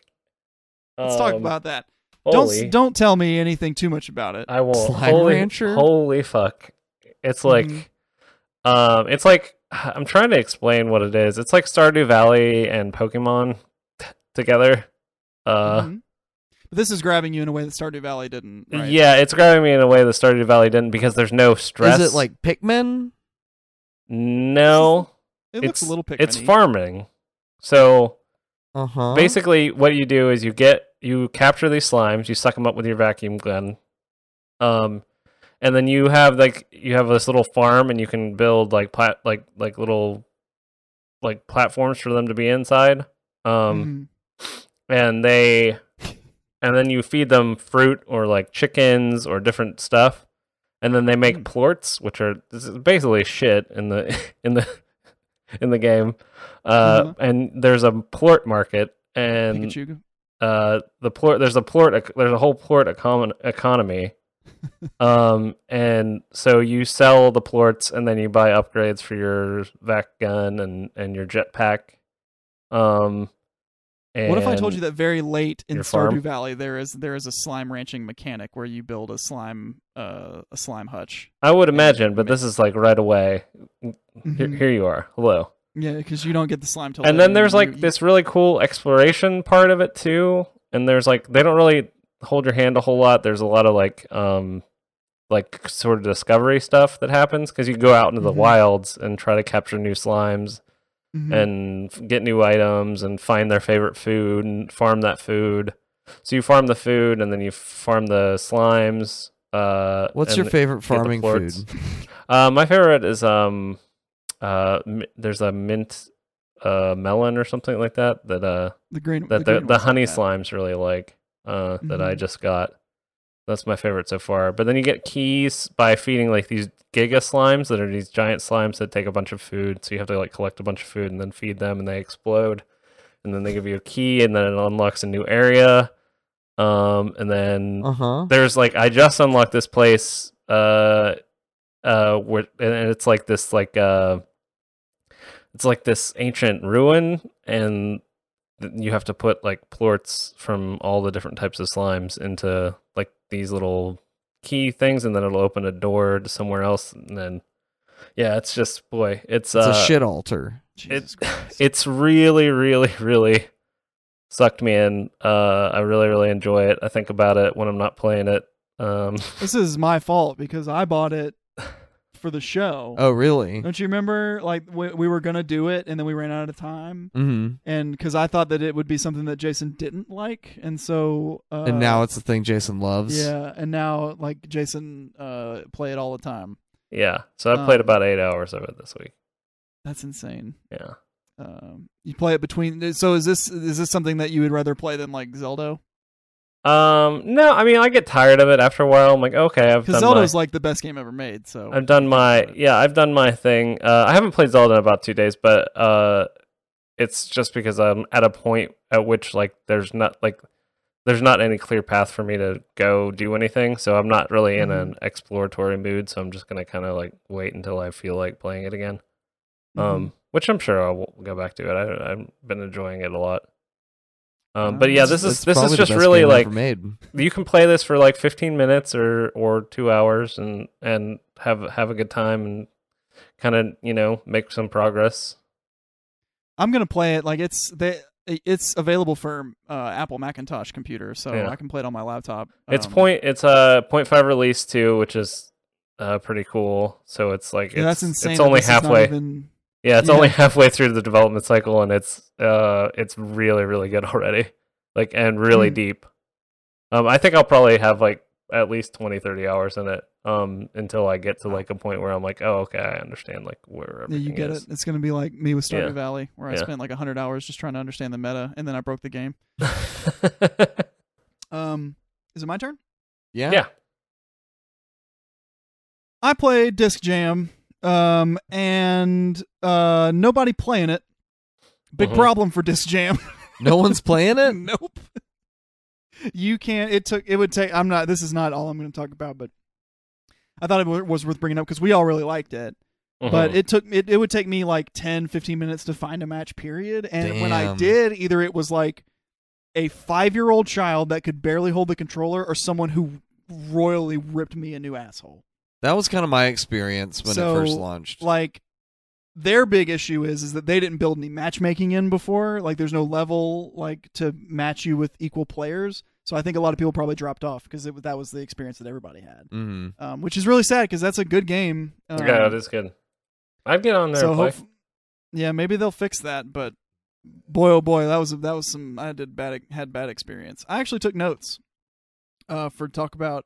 Speaker 1: let's talk
Speaker 3: Um,
Speaker 1: about that
Speaker 3: holy, Uh,
Speaker 1: don't don't tell me anything too much about it
Speaker 3: I won't.
Speaker 2: Slime Mm-hmm.
Speaker 3: holy,
Speaker 2: Rancher?
Speaker 3: Holy fuck! It's like,
Speaker 1: Mhm.
Speaker 3: um, it's like I'm trying to explain what it is. It's like Stardew Valley and Pokemon together. Uh,
Speaker 2: Mm-hmm.
Speaker 1: Mhm. But this is grabbing you in a way that Stardew Valley didn't. Right?
Speaker 3: Yeah, it's grabbing me in a way that Stardew Valley didn't because there's no stress.
Speaker 2: Is it like Pikmin?
Speaker 3: no?
Speaker 1: it looks a little Pikmin.
Speaker 3: It's farming. So
Speaker 2: Uh huh.
Speaker 3: basically, what you do is you get you capture these slimes, you suck them up with your vacuum gun, um, and then you have like you have this little farm, and you can build like plat like like little like platforms for them to be inside. Um, and they and then you feed them fruit or like chickens or different stuff and then they make plorts which are this is basically shit in the in the in the game uh
Speaker 1: Mhm.
Speaker 3: and there's a plort market and
Speaker 1: Mm-hmm. Pikachu.
Speaker 3: uh the plort there's a plort ec- there's a whole plort econ- economy um and so you sell the plorts and then you buy upgrades for your vac gun and and your jetpack um
Speaker 1: What if I told
Speaker 3: and-
Speaker 1: you that very late in
Speaker 3: your
Speaker 1: Stardew
Speaker 3: farm?
Speaker 1: Valley there is there is a slime ranching mechanic where you build a slime uh, a slime hutch?
Speaker 3: I would imagine, but this is like right away. Here,
Speaker 1: Mhm.
Speaker 3: here you are. Hello.
Speaker 1: Yeah, because you don't get the slime till.
Speaker 3: And
Speaker 1: later,
Speaker 3: then there's
Speaker 1: you-
Speaker 3: like
Speaker 1: you-
Speaker 3: this really cool exploration part of it too. And there's like they don't really hold your hand a whole lot. There's a lot of like um like sort of discovery stuff that happens because you go out into the
Speaker 1: Mhm.
Speaker 3: wilds and try to capture new slimes
Speaker 1: Mhm.
Speaker 3: and f- get new items and find their favorite food and farm that food. So you farm the food and then you farm the slimes. Uh,
Speaker 2: What's your
Speaker 3: and-
Speaker 2: favorite farming food?
Speaker 3: plorts. Uh, my favorite is um, uh, mi- there's a mint, uh, melon or something like that that uh
Speaker 1: the green
Speaker 3: that
Speaker 1: the,
Speaker 3: the,
Speaker 1: green
Speaker 3: the,
Speaker 1: one's like
Speaker 3: honey
Speaker 1: that.
Speaker 3: slimes really like uh that I
Speaker 1: Mhm.
Speaker 3: just got. That's my favorite so far. But then you get keys by feeding like these giga slimes that are these giant slimes that take a bunch of food. So you have to like collect a bunch of food and then feed them, and they explode. And then they give you a key, and then it unlocks a new area. Um, and then
Speaker 2: Uh huh.
Speaker 3: there's like I just unlocked this place uh uh where and it's like this like uh it's like this ancient ruin and th- you have to put like plorts from all the different types of slimes into like these little key things and then it'll open a door to somewhere else and then yeah it's just boy
Speaker 2: It's
Speaker 3: it's, uh,
Speaker 2: a shit altar.
Speaker 1: Jesus Christ.
Speaker 3: it's really really really sucked me in uh i really really enjoy it i think about it when i'm not playing it um
Speaker 1: this is my fault because I bought it for the show.
Speaker 2: Oh really?
Speaker 1: Don't you remember? Like we, we were gonna do it, and then we ran out of time,
Speaker 2: Mm-hmm.
Speaker 1: and because I thought that it would be something that Jason didn't like, and so uh,
Speaker 2: and now it's the thing Jason loves.
Speaker 1: yeah, and now like Jason uh play it all the time.
Speaker 3: yeah so i played
Speaker 1: Um,
Speaker 3: about eight hours of it this week
Speaker 1: That's insane.
Speaker 3: yeah
Speaker 1: Um, you play it between. So is this is this something that you would rather play than like Zelda?
Speaker 3: um no i mean i get tired of it after a while i'm like okay i've
Speaker 1: Because
Speaker 3: done
Speaker 1: Zelda's oh,
Speaker 3: my,
Speaker 1: like the best game ever made. So
Speaker 3: i've done my yeah i've done my thing uh i haven't played zelda in about two days but uh it's just because i'm at a point at which like there's not like there's not any clear path for me to go do anything so i'm not really in
Speaker 1: Mhm.
Speaker 3: an exploratory mood so i'm just gonna kind of like wait until i feel like playing it again
Speaker 1: Mhm.
Speaker 3: um, which I'm sure I'll go back to it. I, I've been enjoying it a lot. Um,
Speaker 1: Uh,
Speaker 3: but yeah,
Speaker 1: it's-
Speaker 3: this
Speaker 2: That's
Speaker 3: is this
Speaker 2: probably
Speaker 3: is
Speaker 2: the
Speaker 3: just
Speaker 2: best
Speaker 3: really
Speaker 2: game
Speaker 3: like
Speaker 2: ever made.
Speaker 3: you can play this for like 15 minutes or or two hours and and have have a good time and kind of you know make some progress.
Speaker 1: I'm gonna play it. Like it's they. It's available for uh, Apple Macintosh computer, so
Speaker 3: Yeah.
Speaker 1: I can play it on my laptop.
Speaker 3: It's
Speaker 1: Um,
Speaker 3: point it's a point five release too, which is uh, pretty cool. So it's like
Speaker 1: yeah,
Speaker 3: it's,
Speaker 1: that's insane.
Speaker 3: It's
Speaker 1: that
Speaker 3: only
Speaker 1: this is not
Speaker 3: halfway.
Speaker 1: even-
Speaker 3: Yeah, it's
Speaker 1: Yeah.
Speaker 3: only halfway through the development cycle, and it's uh, it's really really good already. Like and really
Speaker 1: Mm.
Speaker 3: deep. Um, I think I'll probably have like at least 20, 30 hours in it. Um, until I get to like a point where I'm like, oh, okay, I understand like where
Speaker 1: yeah,
Speaker 3: everything
Speaker 1: you get
Speaker 3: is.
Speaker 1: it. It's gonna be like me with Stardew
Speaker 3: Yeah.
Speaker 1: Valley, where I
Speaker 3: Yeah.
Speaker 1: spent like hundred hours just trying to understand the meta, and then I broke the game. Um, is it my turn?
Speaker 2: Yeah.
Speaker 3: yeah,
Speaker 1: I played Disc Jam, um, and uh, nobody playing it. Big
Speaker 3: Mhm.
Speaker 1: problem for Disc Jam.
Speaker 2: No one's playing it.
Speaker 1: nope. You can't. It took. It would take. I'm not. This is not all I'm going to talk about, but I thought it wa- was worth bringing up because we all really liked it. But
Speaker 3: Mhm.
Speaker 1: it took. It, it would take me like 10, 15 minutes to find a match. Period. And when I
Speaker 2: Damn.
Speaker 1: did, either it was like a five year old child that could barely hold the controller, or someone who royally ripped me a new asshole.
Speaker 2: That was kind of my experience when it first
Speaker 1: So,
Speaker 2: launched.
Speaker 1: like their big issue is is that they didn't build any matchmaking in before. Like there's no level like to match you with equal players. So I think a lot of people probably dropped off because that was the experience that everybody had,
Speaker 2: Mm-hmm.
Speaker 1: um, which is really sad because that's a good game. Um,
Speaker 3: yeah, it is good. I'd get on there
Speaker 1: so
Speaker 3: and play.
Speaker 1: hope, yeah, maybe they'll fix that. But boy, oh boy, that was that was some I did bad had bad experience. I actually took notes uh, for talk about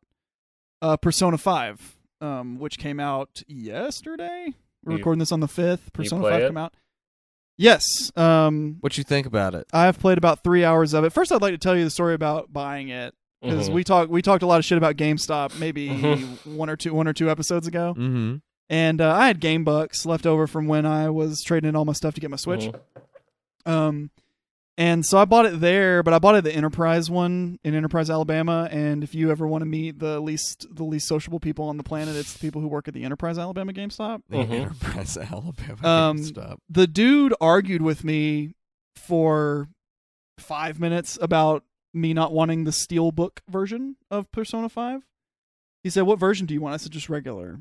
Speaker 1: uh, Persona Five, um, which came out yesterday. We're
Speaker 3: You-
Speaker 1: recording this on the fifth. Persona
Speaker 3: play
Speaker 1: Five
Speaker 3: it?
Speaker 1: came out. Yes, um,
Speaker 2: What you think about it?
Speaker 1: I have played about three hours of it. First, I'd like to tell you the story about buying it because
Speaker 3: Mhm.
Speaker 1: we talked we talked a lot of shit about GameStop maybe
Speaker 3: Mm-hmm.
Speaker 1: one or two one or two episodes ago
Speaker 2: Mm-hmm.
Speaker 1: and uh, I had game bucks left over from when I was trading in all my stuff to get my Switch.
Speaker 3: Mhm.
Speaker 1: Um, and so I bought it there, but I bought it at the Enterprise one in Enterprise, Alabama. And if you ever want to meet the least the least sociable people on the planet, it's the people who work at the Enterprise, Alabama GameStop.
Speaker 2: The
Speaker 3: Mhm.
Speaker 2: Enterprise Alabama
Speaker 1: Mm-hmm. Um,
Speaker 2: GameStop.
Speaker 1: The dude argued with me for five minutes about me not wanting the Steelbook version of Persona Five. He said, "What version do you want?" I said, "Just regular."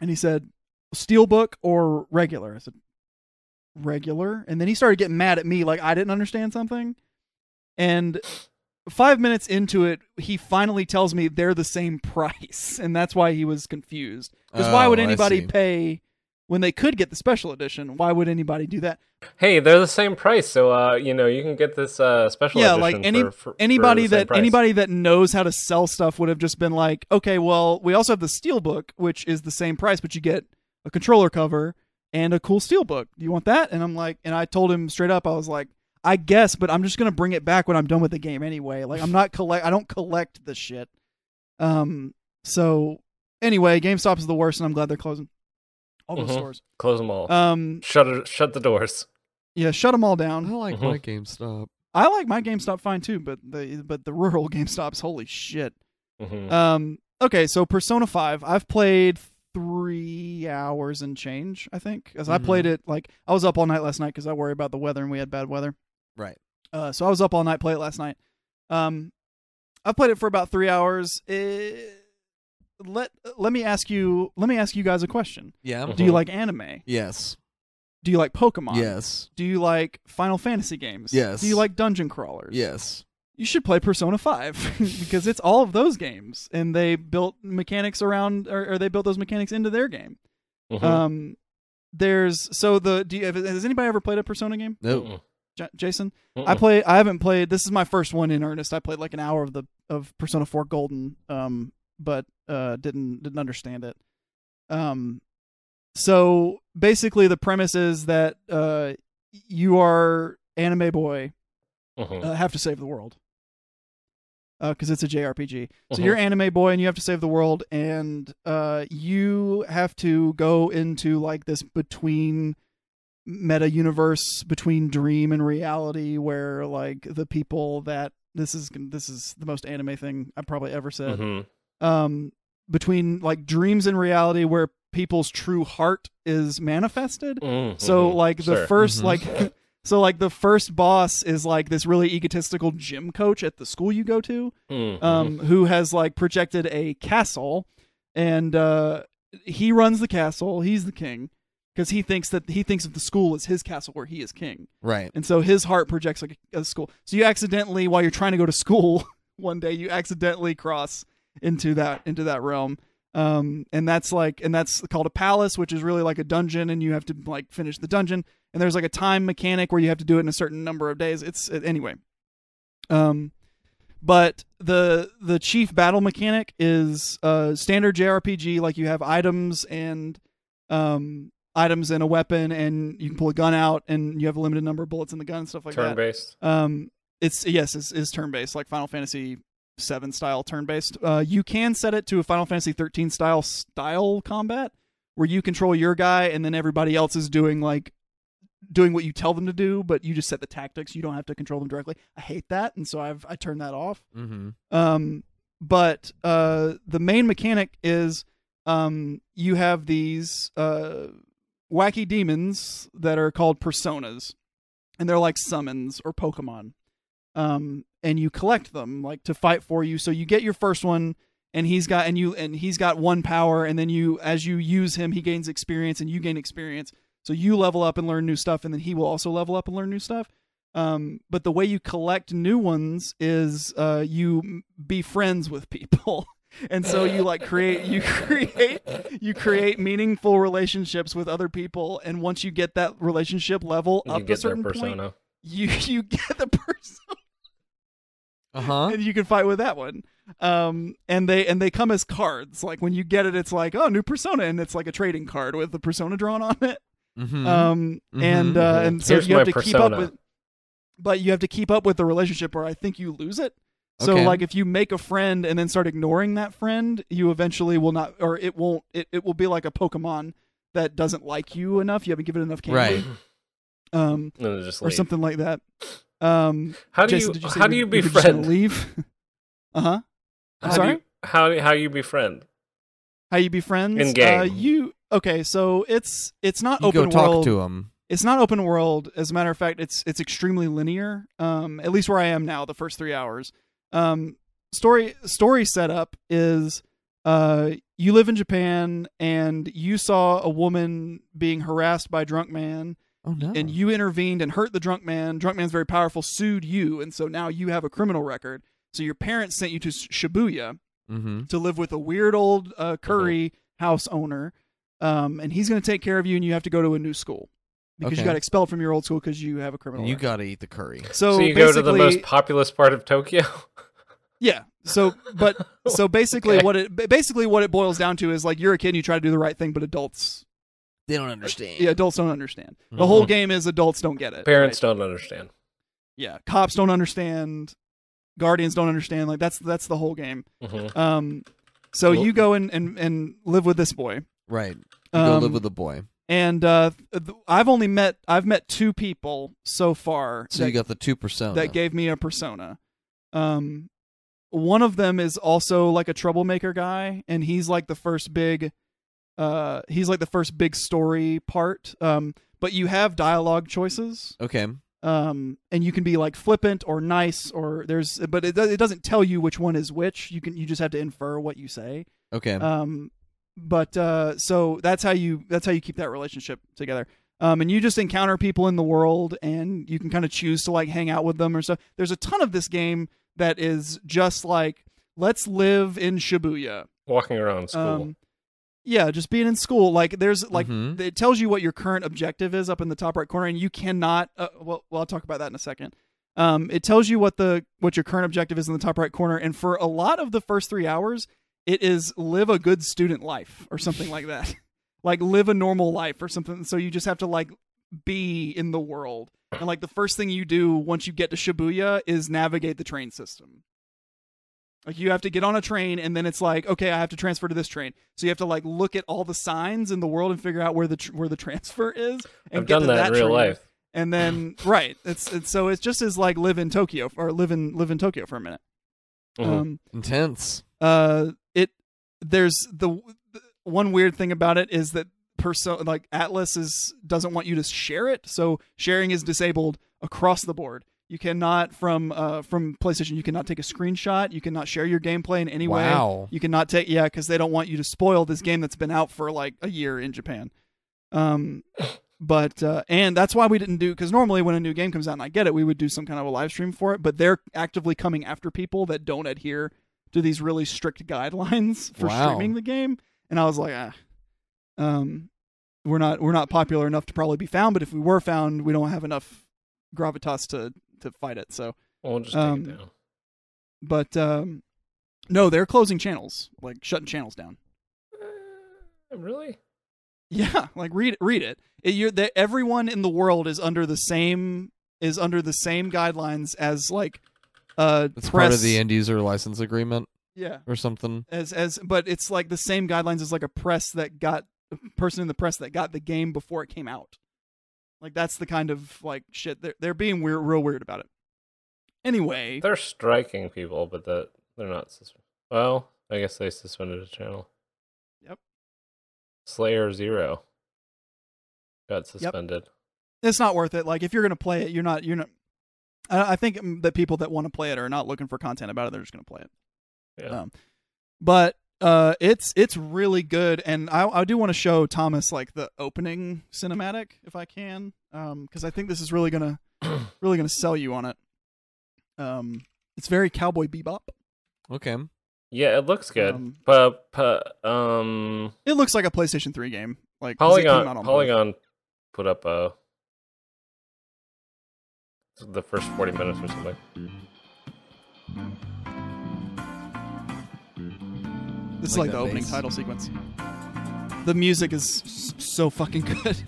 Speaker 1: And he said, "Steelbook or regular?" I said, "Regular." And then he started getting mad at me, like I didn't understand something. And five minutes into it, he finally tells me they're the same price, and that's why he was confused. Because why
Speaker 2: Oh,
Speaker 1: would
Speaker 2: I
Speaker 1: anybody
Speaker 2: see.
Speaker 1: pay when they could get the special edition? Why would anybody do that?
Speaker 3: Hey, they're the same price, so uh, you know you can get this uh, special
Speaker 1: yeah,
Speaker 3: edition
Speaker 1: like any
Speaker 3: for, for- for
Speaker 1: anybody
Speaker 3: the same
Speaker 1: that
Speaker 3: price.
Speaker 1: anybody that knows how to sell stuff would have just been like, okay, well, we also have the steelbook, which is the same price, but you get a controller cover and a cool steelbook. Do you want that? And I'm like, and I told him straight up, I was like, I guess, but I'm just gonna bring it back when I'm done with the game anyway. Like I'm not collect, I don't collect the shit. Um. So anyway, GameStop is the worst, and I'm glad they're closing all those
Speaker 3: Mhm.
Speaker 1: stores.
Speaker 3: close them all.
Speaker 1: Um.
Speaker 3: shut it- shut the doors.
Speaker 1: Yeah, shut them all
Speaker 2: I
Speaker 1: down.
Speaker 2: like
Speaker 3: Mhm.
Speaker 2: my GameStop.
Speaker 1: I like my GameStop fine too, but the but the rural GameStops, holy shit.
Speaker 3: Mhm.
Speaker 1: Um. Okay, so Persona Five, I've played three hours and change. I think, as I
Speaker 2: Mhm.
Speaker 1: played it, like I was up all night last night because I worry about the weather and we had bad weather.
Speaker 2: Right.
Speaker 1: Uh, so I was up all night, played it last night. Um, I played it for about three hours. Eh, let Let me ask you. Let me ask you guys a question.
Speaker 2: Yeah.
Speaker 1: Do you
Speaker 3: Mhm.
Speaker 1: like anime?
Speaker 2: Yes.
Speaker 1: Do you like Pokemon?
Speaker 2: Yes.
Speaker 1: Do you like Final Fantasy games?
Speaker 2: Yes.
Speaker 1: Do you like dungeon crawlers?
Speaker 2: Yes.
Speaker 1: you should play Persona 5 because it's all of those games and they built mechanics around or, or they built those mechanics into their game.
Speaker 3: Mhm.
Speaker 1: Um there's so the do you, has anybody ever played a Persona game?
Speaker 2: No.
Speaker 3: Mm-mm.
Speaker 1: J- Jason? I
Speaker 3: Mm-mm.
Speaker 1: play I haven't played this is my first one in earnest. I played like an hour of the of Persona 4 Golden um but uh didn't didn't understand it. Um so basically the premise is that uh you are anime boy
Speaker 3: Mhm.
Speaker 1: uh, have to save the world because it's a JRPG. So
Speaker 3: Mhm.
Speaker 1: you're anime boy and you have to save the world, and uh, you have to go into like this between meta universe between dream and reality, where like the people that this is this is the most anime thing I probably ever said
Speaker 3: Mhm.
Speaker 1: um, between like dreams and reality where people's true heart is manifested.
Speaker 3: Mhm.
Speaker 1: So
Speaker 3: Mhm.
Speaker 1: like the
Speaker 3: Sure.
Speaker 1: 1st
Speaker 2: Mhm.
Speaker 1: like so like the first boss is like this really egotistical gym coach at the school you go to
Speaker 3: Mhm.
Speaker 1: um who has like projected a castle and uh he runs the castle, he's the king because he thinks that he thinks of the school as his castle where he is king.
Speaker 2: Right.
Speaker 1: And so his heart projects like a, a school. So you accidentally, while you're trying to go to school one day, you accidentally cross into that into that realm. Um, and that's like, and that's called a palace, which is really like a dungeon, and you have to like finish the dungeon. And there's like a time mechanic where you have to do it in a certain number of days. It's anyway. Um, but the the chief battle mechanic is uh standard JRPG. Like you have items and um items and a weapon, and you can pull a gun out, and you have a limited number of bullets in the gun and stuff like
Speaker 3: turn
Speaker 1: that.
Speaker 3: based.
Speaker 1: Um, it's yes, is is turn based, like Final Fantasy VII style turn based. Uh, you can set it to a Final Fantasy thirteen style style combat where you control your guy and then everybody else is doing like doing what you tell them to do, but you just set the tactics. You don't have to control them directly. I hate that, and so I've I turned that off.
Speaker 2: Mm-hmm.
Speaker 1: Um, but uh, the main mechanic is um, you have these uh, wacky demons that are called personas, and they're like summons or Pokemon. Um, and you collect them like to fight for you. So you get your first one, and he's got and you and he's got one power, and then you as you use him, he gains experience, and you gain experience. So you level up and learn new stuff, and then he will also level up and learn new stuff. Um, but the way you collect new ones is uh, you m- be friends with people. And so you like create you create you create meaningful relationships with other people, and once you get that relationship level
Speaker 3: You
Speaker 1: up
Speaker 3: get
Speaker 1: to a
Speaker 3: their
Speaker 1: certain point,
Speaker 3: persona.
Speaker 1: you you get the person
Speaker 2: Uh huh.
Speaker 1: and you can fight with that one. Um, and they and they come as cards. Like when you get it, it's like oh, new persona, and it's like a trading card with the persona drawn on it.
Speaker 2: Mm-hmm.
Speaker 1: Um, and
Speaker 2: Mhm.
Speaker 1: uh, and so
Speaker 3: Here's
Speaker 1: you have
Speaker 3: my
Speaker 1: to keep up
Speaker 3: persona.
Speaker 1: with, but you have to keep up with the relationship, or I think you lose it. So
Speaker 2: Okay.
Speaker 1: like if you make a friend and then start ignoring that friend, you eventually will not, or it won't. It, it will be like a Pokemon that doesn't like you enough. You haven't given it enough candy,
Speaker 2: right.
Speaker 1: Um,
Speaker 3: No, just
Speaker 1: or
Speaker 3: leave.
Speaker 1: something like that. Um,
Speaker 3: How do
Speaker 1: Jason,
Speaker 3: you,
Speaker 1: did you say
Speaker 3: how
Speaker 1: we-
Speaker 3: do you
Speaker 1: we were just gonna
Speaker 3: befriend?
Speaker 1: Leave. uh huh. I'm
Speaker 3: How do
Speaker 1: sorry?
Speaker 3: you- how do- how you befriend?
Speaker 1: how you befriend
Speaker 3: In game.
Speaker 1: Uh, you okay? So it's it's not
Speaker 2: You go
Speaker 1: open
Speaker 2: talk
Speaker 1: world.
Speaker 2: to him.
Speaker 1: It's not open world. As a matter of fact, it's it's extremely linear. Um, at least where I am now, the first three hours. Um, story story setup is uh, you live in Japan and you saw a woman being harassed by a drunk man,
Speaker 2: Oh no.
Speaker 1: and you intervened and hurt the drunk man. Drunk man's very powerful, sued you, and so now you have a criminal record. So your parents sent you to Shibuya,
Speaker 2: Mm-hmm.
Speaker 1: to live with a weird old
Speaker 3: Uh-huh.
Speaker 1: uh, curry house owner, um, and he's going to take care of you, and you have to go to a new school because you
Speaker 2: Okay.
Speaker 1: got expelled from your old school because you have a criminal.
Speaker 2: And you
Speaker 1: record.
Speaker 2: gotta eat the curry.
Speaker 1: so,
Speaker 3: so you go to
Speaker 1: basically,
Speaker 3: the most populous part of Tokyo.
Speaker 1: yeah. So, but so basically,
Speaker 3: Okay.
Speaker 1: what it ba- basically what it boils down to is like you're a kid, and you try to do the right thing, but adults,
Speaker 2: They don't understand.
Speaker 1: yeah, adults don't understand. The whole game is adults don't get it.
Speaker 3: Mm-hmm. Parents don't understand.
Speaker 1: yeah, cops don't understand, guardians don't understand. Like that's that's the whole game.
Speaker 3: Mhm.
Speaker 2: Mm-hmm.
Speaker 1: Um, so
Speaker 3: Well-
Speaker 1: you go and and and live with this boy.
Speaker 2: Right. You go
Speaker 1: Um,
Speaker 2: live with a boy.
Speaker 1: and uh, th- I've only met I've met two people so far
Speaker 2: So
Speaker 1: that,
Speaker 2: you got the two persona.
Speaker 1: that gave me a persona. Um, one of them is also like a troublemaker guy, and he's like the first big, uh, he's like the first big story part. Um, but you have dialogue choices,
Speaker 2: Okay.
Speaker 1: um, and you can be like flippant or nice or there's, but it, do- it doesn't tell you which one is which. You can you just have to infer what you say
Speaker 2: Okay.
Speaker 1: um but uh so that's how you that's how you keep that relationship together um and you just encounter people in the world and you can kind of choose to like hang out with them or stuff there's a ton of this game that is just like let's live in shibuya
Speaker 3: Walking around school.
Speaker 1: um yeah just being in school like there's like
Speaker 2: Mhm.
Speaker 1: it tells you what your current objective is up in the top right corner and you cannot uh, well, well i'll talk about that in a second um, it tells you what the what your current objective is in the top right corner and for a lot of the first three hours it is live a good student life or something like that like live a normal life or something so you just have to like be in the world and like the first thing you do once you get to shibuya is navigate the train system like you have to get on a train and then it's like, okay, I have to transfer to this train. So you have to like look at all the signs in the world and figure out where the tr- where the transfer is. And
Speaker 3: I've
Speaker 1: get to
Speaker 3: done that, in real
Speaker 1: train.
Speaker 3: life.
Speaker 1: And then right, it's, it's so it's just as like live in Tokyo or live in live in Tokyo for a minute.
Speaker 3: Mhm.
Speaker 1: Um,
Speaker 2: Intense.
Speaker 1: uh, it there's the the- one weird thing about it is that perso- like Atlas is doesn't want you to share it, so sharing is disabled across the board. You cannot from uh, from PlayStation. You cannot take a screenshot. You cannot share your gameplay in any way.
Speaker 2: Wow.
Speaker 1: You cannot take yeah, because they don't want you to spoil this game that's been out for like a year in Japan. Um, but uh, and that's why we didn't do because normally when a new game comes out and I get it, we would do some kind of a live stream for it. But they're actively coming after people that don't adhere to these really strict guidelines for
Speaker 2: Wow.
Speaker 1: streaming the game. And I was like, ah, um, we're not we're not popular enough to probably be found. But if we were found, we don't have enough gravitas to to fight it. So
Speaker 3: We'll just take
Speaker 1: um,
Speaker 3: it down.
Speaker 1: but um, no, they're closing channels, like shutting channels down.
Speaker 3: Uh, Really?
Speaker 1: Yeah, like read read it. it you're, that everyone in the world is under the same is under the same guidelines as like uh press
Speaker 2: That's part of the end user license agreement
Speaker 1: yeah
Speaker 2: or something.
Speaker 1: as as but it's like the same guidelines as like a press that got a person in the press that got the game before it came out. Like that's the kind of like shit they're they're being weird, real weird about it. Anyway,
Speaker 3: They're striking people, but that they're not. Sus- well, I guess they suspended a channel.
Speaker 1: Yep.
Speaker 3: Slayer Zero got suspended.
Speaker 1: it's not worth it. Like if you're gonna play it, you're not you're not. I, I think um, that people that want to play it are not looking for content about it. They're just gonna play it.
Speaker 3: Yeah.
Speaker 1: Um, but uh, it's it's really good, and I I do want to show Thomas like the opening cinematic if I can, um, because I think this is really gonna really gonna sell you on it. Um, it's very Cowboy Bebop.
Speaker 2: Okay.
Speaker 3: Yeah, it looks good.
Speaker 1: Um,
Speaker 3: Pa- pa- um,
Speaker 1: It looks like a PlayStation Three game. Like 'cause it came out
Speaker 3: Polygon
Speaker 1: on both.
Speaker 3: Polygon put up a the first 40 minutes or something.
Speaker 1: This is like
Speaker 2: Like
Speaker 1: the
Speaker 2: that
Speaker 1: opening
Speaker 2: bass.
Speaker 1: title sequence. The music is s- so fucking good.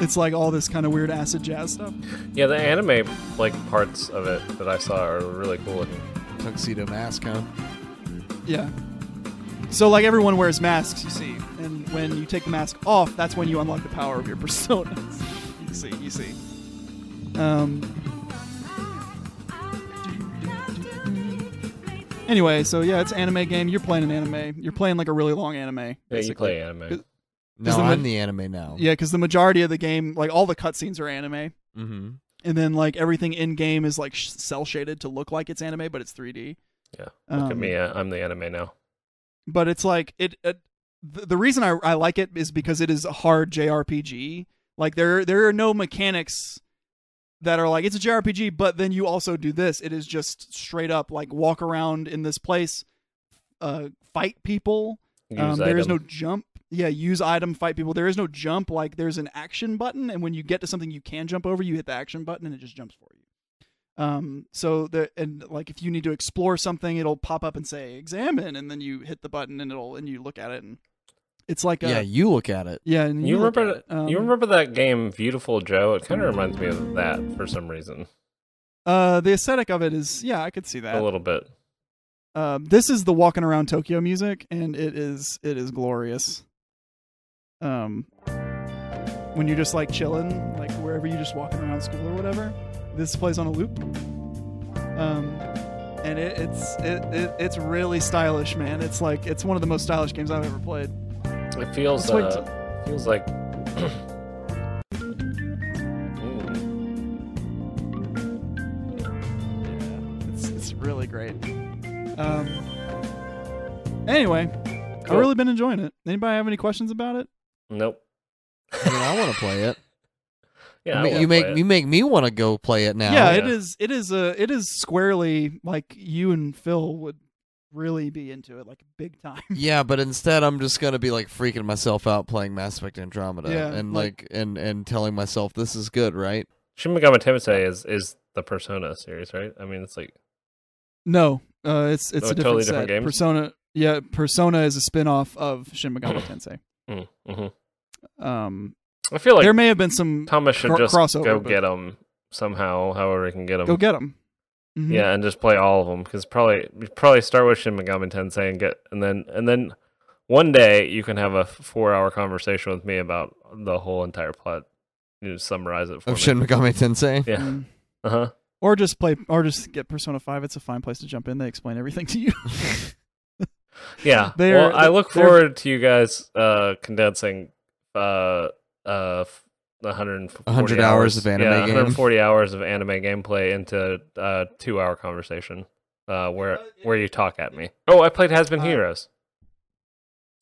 Speaker 1: It's like all this kind of weird acid jazz stuff.
Speaker 3: Yeah, the anime like parts of it that I saw are really cool looking.
Speaker 2: Tuxedo mask, huh?
Speaker 1: Yeah. So like everyone wears masks, you see, and when you take the mask off, that's when you unlock the power of your persona. you see, you see. Um. Anyway, so yeah, it's anime game. You're playing an anime. You're playing like a really long anime.
Speaker 3: Yeah, you
Speaker 1: basically.
Speaker 3: play anime.
Speaker 2: No,
Speaker 1: Is the
Speaker 2: I'm
Speaker 1: ma-
Speaker 2: the anime now.
Speaker 1: Yeah, because the majority of the game, like all the cutscenes are anime,
Speaker 2: Mm-hmm.
Speaker 1: and then like everything in game is like sh- cell shaded to look like it's anime, but it's 3D.
Speaker 3: Yeah,
Speaker 1: um,
Speaker 3: Look at me, I- I'm the anime now.
Speaker 1: But it's like it. it the, the reason I, I like it is because it is a hard JRPG. Like there there are no mechanics that are like it's a JRPG, but then you also do this. It is just straight up like walk around in this place, uh, fight people. Um,
Speaker 3: Use
Speaker 1: there is no
Speaker 3: item.
Speaker 1: jump. Yeah, use item, fight people. There is no jump. Like there's an action button, and when you get to something you can jump over, you hit the action button, and it just jumps for you. Um, so the and like if you need to explore something, it'll pop up and say examine, and then you hit the button, and it'll and you look at it, and it's like a
Speaker 2: Yeah, you look at it.
Speaker 1: yeah, and
Speaker 3: you
Speaker 1: look
Speaker 3: remember
Speaker 1: at it. Um,
Speaker 3: you remember that game Beautiful Joe? It kind of reminds me of that for some reason.
Speaker 1: uh the aesthetic of it is yeah, I could see
Speaker 3: A
Speaker 1: that.
Speaker 3: little bit.
Speaker 1: Um, this is the walking around Tokyo music, and it is it is glorious. Um, when you're just like chilling, like wherever you're just walking around school or whatever, this plays on a loop. Um, and it, it's it, it it's really stylish, man. It's like it's one of the most stylish games I've ever played.
Speaker 3: It feels
Speaker 1: It's like-
Speaker 3: uh, feels like Ooh,
Speaker 1: It's it's really great. Um, anyway, I've really been enjoying it. Anybody have any questions about it?
Speaker 3: nope.
Speaker 2: I mean, I want to play it.
Speaker 3: Yeah,
Speaker 2: I
Speaker 3: I
Speaker 2: mean,
Speaker 3: wanna
Speaker 2: you make
Speaker 3: play it.
Speaker 2: you make me want to go play it now.
Speaker 1: yeah,
Speaker 3: Yeah.
Speaker 1: it is. It is a. It is squarely like you and Phil would really be into it, like big time.
Speaker 2: Yeah, but instead I'm just gonna be like freaking myself out playing Mass Effect Andromeda
Speaker 1: Yeah,
Speaker 2: and
Speaker 1: like-
Speaker 2: like, and and telling myself this is good, right?
Speaker 3: Shin Megami Tensei is is the Persona series, right? I mean, it's like
Speaker 1: No, uh, it's it's
Speaker 3: Oh,
Speaker 1: a different
Speaker 3: totally
Speaker 1: set.
Speaker 3: different games?
Speaker 1: Persona, yeah, Persona is a spin off of Shin Megami Tensei.
Speaker 3: mm, mhm.
Speaker 1: Um,
Speaker 3: I feel like
Speaker 1: there may have been some.
Speaker 3: Thomas should
Speaker 1: cro-
Speaker 3: just
Speaker 1: crossover,
Speaker 3: go
Speaker 1: but-
Speaker 3: get them somehow, however he can get them.
Speaker 1: Go get Mm-hmm. them.
Speaker 3: Yeah, and just play all of them because probably you probably start with Shin Megami Tensei and get and then and then one day you can have a four-hour conversation with me about the whole entire plot. You just summarize it for
Speaker 2: Of
Speaker 3: me.
Speaker 2: Shin Megami Tensei.
Speaker 3: yeah. Uh huh.
Speaker 1: Or just play, or just get Persona Five. It's a fine place to jump in. They explain everything to you.
Speaker 3: Yeah.
Speaker 1: They
Speaker 3: well,
Speaker 1: are-
Speaker 3: I look
Speaker 1: they're-
Speaker 3: forward to you guys uh, condensing uh uh f- 140
Speaker 2: 100 hours of anime
Speaker 3: yeah,
Speaker 2: game.
Speaker 3: 140 hours of anime gameplay into uh 2 hour conversation uh where where you talk at me. Oh, I played Has Been
Speaker 1: Uh,
Speaker 3: Heroes.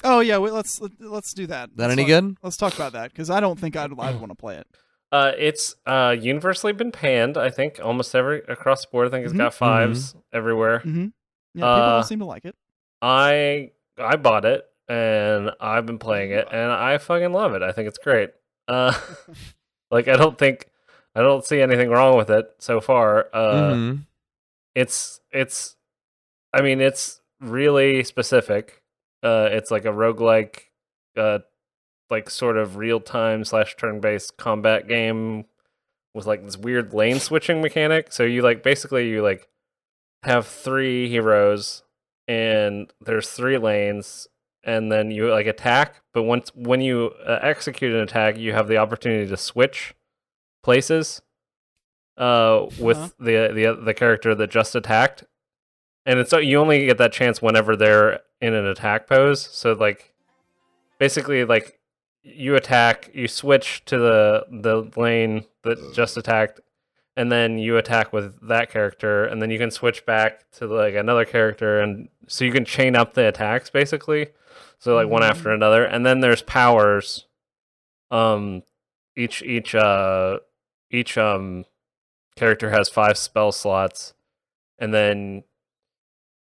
Speaker 1: oh yeah, wait, let's let's do that.
Speaker 2: That
Speaker 1: Let's
Speaker 2: any
Speaker 1: talk-
Speaker 2: good?
Speaker 1: Let's talk about that because I don't think I'd I'd want to play it.
Speaker 3: Uh it's uh universally been panned, I think almost every across the board I think it's
Speaker 2: Mm-hmm.
Speaker 1: Mhm.
Speaker 3: got 5s everywhere.
Speaker 1: Mm-hmm. Yeah, people
Speaker 3: Uh,
Speaker 1: don't seem to like it.
Speaker 3: I I bought it and I've been playing it and I fucking love it. I think it's great. Uh, like I don't think I don't see anything wrong with it so far. Uh,
Speaker 2: Mhm.
Speaker 3: It's it's I mean it's really specific. Uh, it's like a roguelike uh, like sort of real time slash turn based combat game with like this weird lane switching mechanic. So you like basically you like have three heroes and there's three lanes and then you like attack but once when you uh, execute an attack you have the opportunity to switch places uh with
Speaker 1: Huh.
Speaker 3: the the the character that just attacked and it's you only get that chance whenever they're in an attack pose so like basically like you attack you switch to the the lane that just attacked and then you attack with that character, and then you can switch back to like another character, and so you can chain up the attacks basically. So like one after another, and then there's powers. Um, each each uh each um character has five spell slots, and then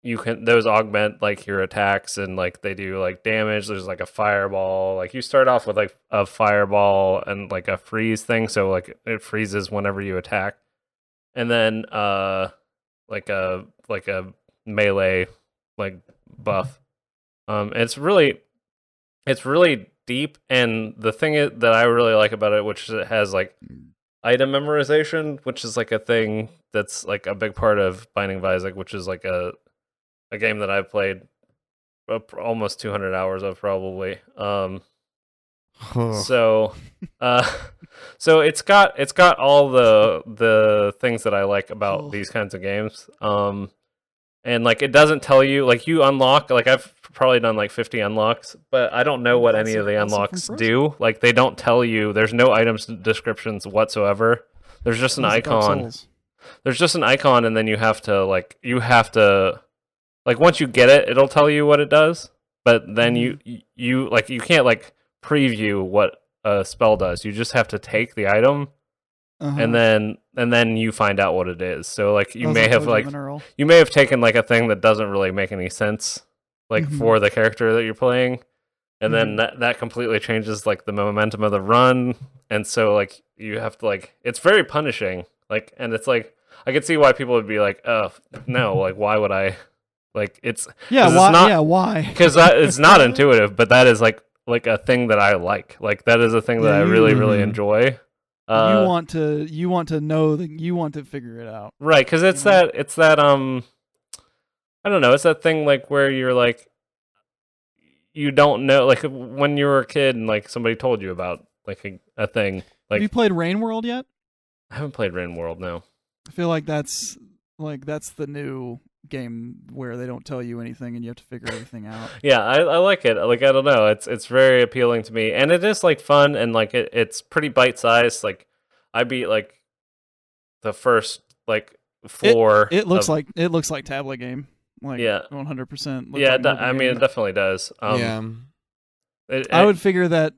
Speaker 3: you can those augment like your attacks and like they do like damage there's like a fireball like you start off with like a fireball and like a freeze thing so like it freezes whenever you attack and then uh like a like a melee like buff um it's really it's really deep and the thing i- that i really like about it which is it has like item memorization which is like a thing that's like a big part of binding of isaac which is like a a game that I've played up- almost 200 hours of probably. Um, so, uh, so it's got it's got all the the things that I like about
Speaker 1: Cool.
Speaker 3: these kinds of games. Um, and like it doesn't tell you like you unlock like I've probably done like 50 unlocks, but I don't know what any
Speaker 1: Also-
Speaker 3: of the
Speaker 1: also from
Speaker 3: unlocks
Speaker 1: Frozen.
Speaker 3: do. Like they don't tell you. There's no items descriptions whatsoever. There's just an
Speaker 1: Those are Dark
Speaker 3: icon
Speaker 1: Souls.
Speaker 3: there's just an icon and then you have to like you have to like once you get it it'll tell you what it does but then you you like you can't like preview what a spell does you just have to take the item
Speaker 1: Uh-huh.
Speaker 3: and then and then you find out what it is so like you
Speaker 1: Those
Speaker 3: may
Speaker 1: are
Speaker 3: have
Speaker 1: Toad
Speaker 3: like
Speaker 1: Mineral.
Speaker 3: you may have taken like a thing that doesn't really make any sense like
Speaker 1: Mhm.
Speaker 3: for the character that you're playing and then that, that completely changes like the momentum of the run and so like you have to like it's very punishing like and it's like i could see why people would be like uh no like why would i like it's
Speaker 1: yeah,
Speaker 3: it's
Speaker 1: why,
Speaker 3: not-
Speaker 1: yeah, why?
Speaker 3: because it's not intuitive but that is like like a thing that i like like that is a thing that i really really
Speaker 2: Mhm.
Speaker 3: enjoy uh,
Speaker 1: you want to you want to know that you want to figure it out.
Speaker 3: Right, because it's
Speaker 1: You know?
Speaker 3: that it's that um, I don't know. It's that thing like where you're like, you don't know, like when you were a kid and like somebody told you about like a, a thing. Like
Speaker 1: Have you played Rain World yet?
Speaker 3: I haven't played Rain World now.
Speaker 1: I feel like that's like that's the new game where they don't tell you anything and you have to figure everything out.
Speaker 3: Yeah, I, I like it. Like I don't know, it's it's very appealing to me, and it is like fun and like it, it's pretty bite sized. Like I beat like the first like four.
Speaker 1: It looks
Speaker 3: of-
Speaker 1: like it looks like tablet game. Like
Speaker 3: Yeah.
Speaker 1: 100%. looked
Speaker 3: yeah.
Speaker 1: like
Speaker 3: it do-
Speaker 1: mobile
Speaker 3: I mean,
Speaker 1: game.
Speaker 3: it definitely does. Um,
Speaker 2: yeah,
Speaker 3: it-
Speaker 1: I
Speaker 3: it-
Speaker 1: would figure that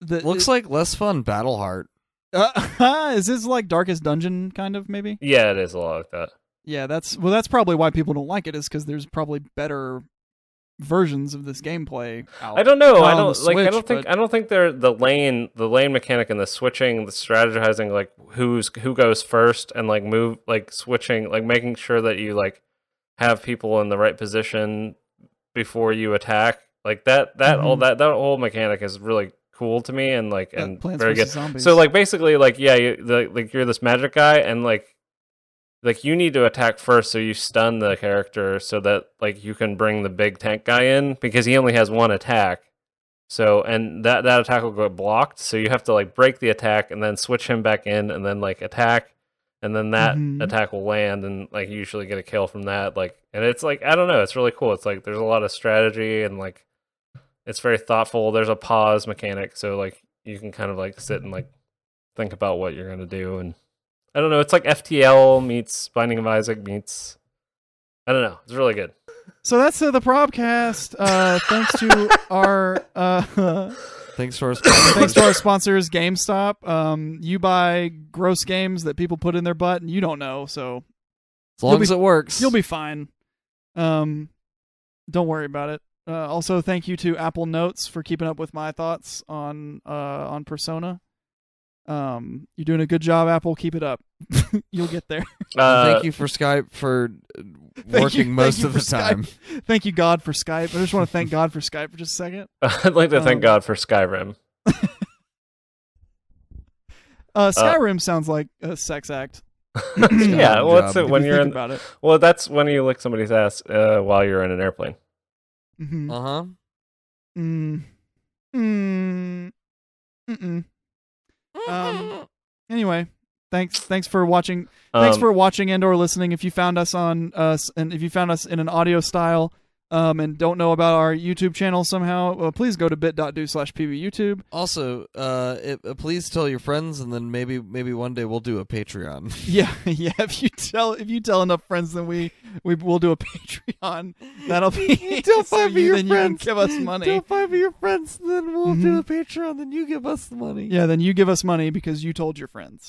Speaker 1: the,
Speaker 2: looks like less fun. Battleheart.
Speaker 1: Uh, is this like Darkest Dungeon kind of maybe?
Speaker 3: Yeah, it is a lot like that.
Speaker 1: Yeah, that's well that's probably why people don't like it is cuz there's probably better versions of this gameplay out.
Speaker 3: I don't know. I
Speaker 1: on the
Speaker 3: don't like. I
Speaker 1: Switch,
Speaker 3: don't think.
Speaker 1: but-
Speaker 3: I don't think they're the lane, the lane mechanic, and the switching, the strategizing, like who's who goes first, and like move, like switching, like making sure that you like have people in the right position before you attack. Like that. That all
Speaker 1: Mhm.
Speaker 3: that that whole mechanic is really cool to me, and like
Speaker 1: Yeah,
Speaker 3: and
Speaker 1: Plants
Speaker 3: very
Speaker 1: vs.
Speaker 3: good.
Speaker 1: Zombies.
Speaker 3: So like basically like yeah, you, the, like you're this magic guy and like like you need to attack first so you stun the character so that like you can bring the big tank guy in because he only has one attack. So and that that attack will get blocked, so you have to like break the attack and then switch him back in and then like attack and then that
Speaker 2: Mm-hmm.
Speaker 1: Mhm.
Speaker 3: attack will land and like you usually get a kill from that like and it's like I don't know, it's really cool. It's like there's a lot of strategy and like it's very thoughtful. There's a pause mechanic, so like you can kind of like sit and like think about what you're gonna do, and I don't know. It's like FTL meets Binding of Isaac meets I don't know. It's really good.
Speaker 1: So that's uh, the Probcast. Uh, thanks to our uh,
Speaker 2: Thanks for
Speaker 1: thanks to our sponsors, GameStop. Um, you buy gross games that people put in their butt, and you don't know, so
Speaker 2: as long
Speaker 1: You'll
Speaker 2: as
Speaker 1: be-
Speaker 2: it works.
Speaker 1: you'll be fine. Um, don't worry about it. Uh, also, thank you to Apple Notes for keeping up with my thoughts on uh, on Persona. Um, you're doing a good job, Apple. Keep it up. You'll get there.
Speaker 2: And
Speaker 3: Uh,
Speaker 2: thank you for Skype for uh,
Speaker 1: you-
Speaker 2: working
Speaker 1: thank
Speaker 2: most
Speaker 1: you
Speaker 2: of
Speaker 1: for
Speaker 2: the
Speaker 1: Skype.
Speaker 2: time.
Speaker 1: Thank you, God, for Skype. I just want to thank God for Skype for just a second.
Speaker 3: I'd like to thank
Speaker 1: um,
Speaker 3: God for Skyrim.
Speaker 1: Uh, Skyrim sounds like a sex act.
Speaker 3: yeah,
Speaker 2: good
Speaker 3: well, it's
Speaker 2: job.
Speaker 3: it when
Speaker 1: if you
Speaker 3: you're
Speaker 1: think
Speaker 3: in.
Speaker 1: about it.
Speaker 3: Well, that's when you lick somebody's ass uh, while you're in an airplane.
Speaker 1: Mhm.
Speaker 2: Uh huh.
Speaker 1: Mm. Mm. Mm-mm. Um. Anyway, thanks. Thanks for watching. Thanks
Speaker 3: Um,
Speaker 1: uh, for watching and/or listening. If you found us on us, and if you found us in an audio style, um, and don't know about our YouTube channel somehow, uh, please go to bit.do slash pbyoutube.
Speaker 2: Also, uh, it, uh, please tell your friends, and then maybe maybe one day we'll do a Patreon.
Speaker 1: Yeah, yeah. If you tell if you tell enough friends, then we we will do a Patreon. That'll be
Speaker 2: Tell
Speaker 1: so
Speaker 2: five of
Speaker 1: you-
Speaker 2: your
Speaker 1: then
Speaker 2: friends.
Speaker 1: You can give us money. Mm-hmm.
Speaker 2: Tell five of your friends, and then we'll do a Patreon. Then you give us the money.
Speaker 1: Yeah, then you give us money because you told your friends.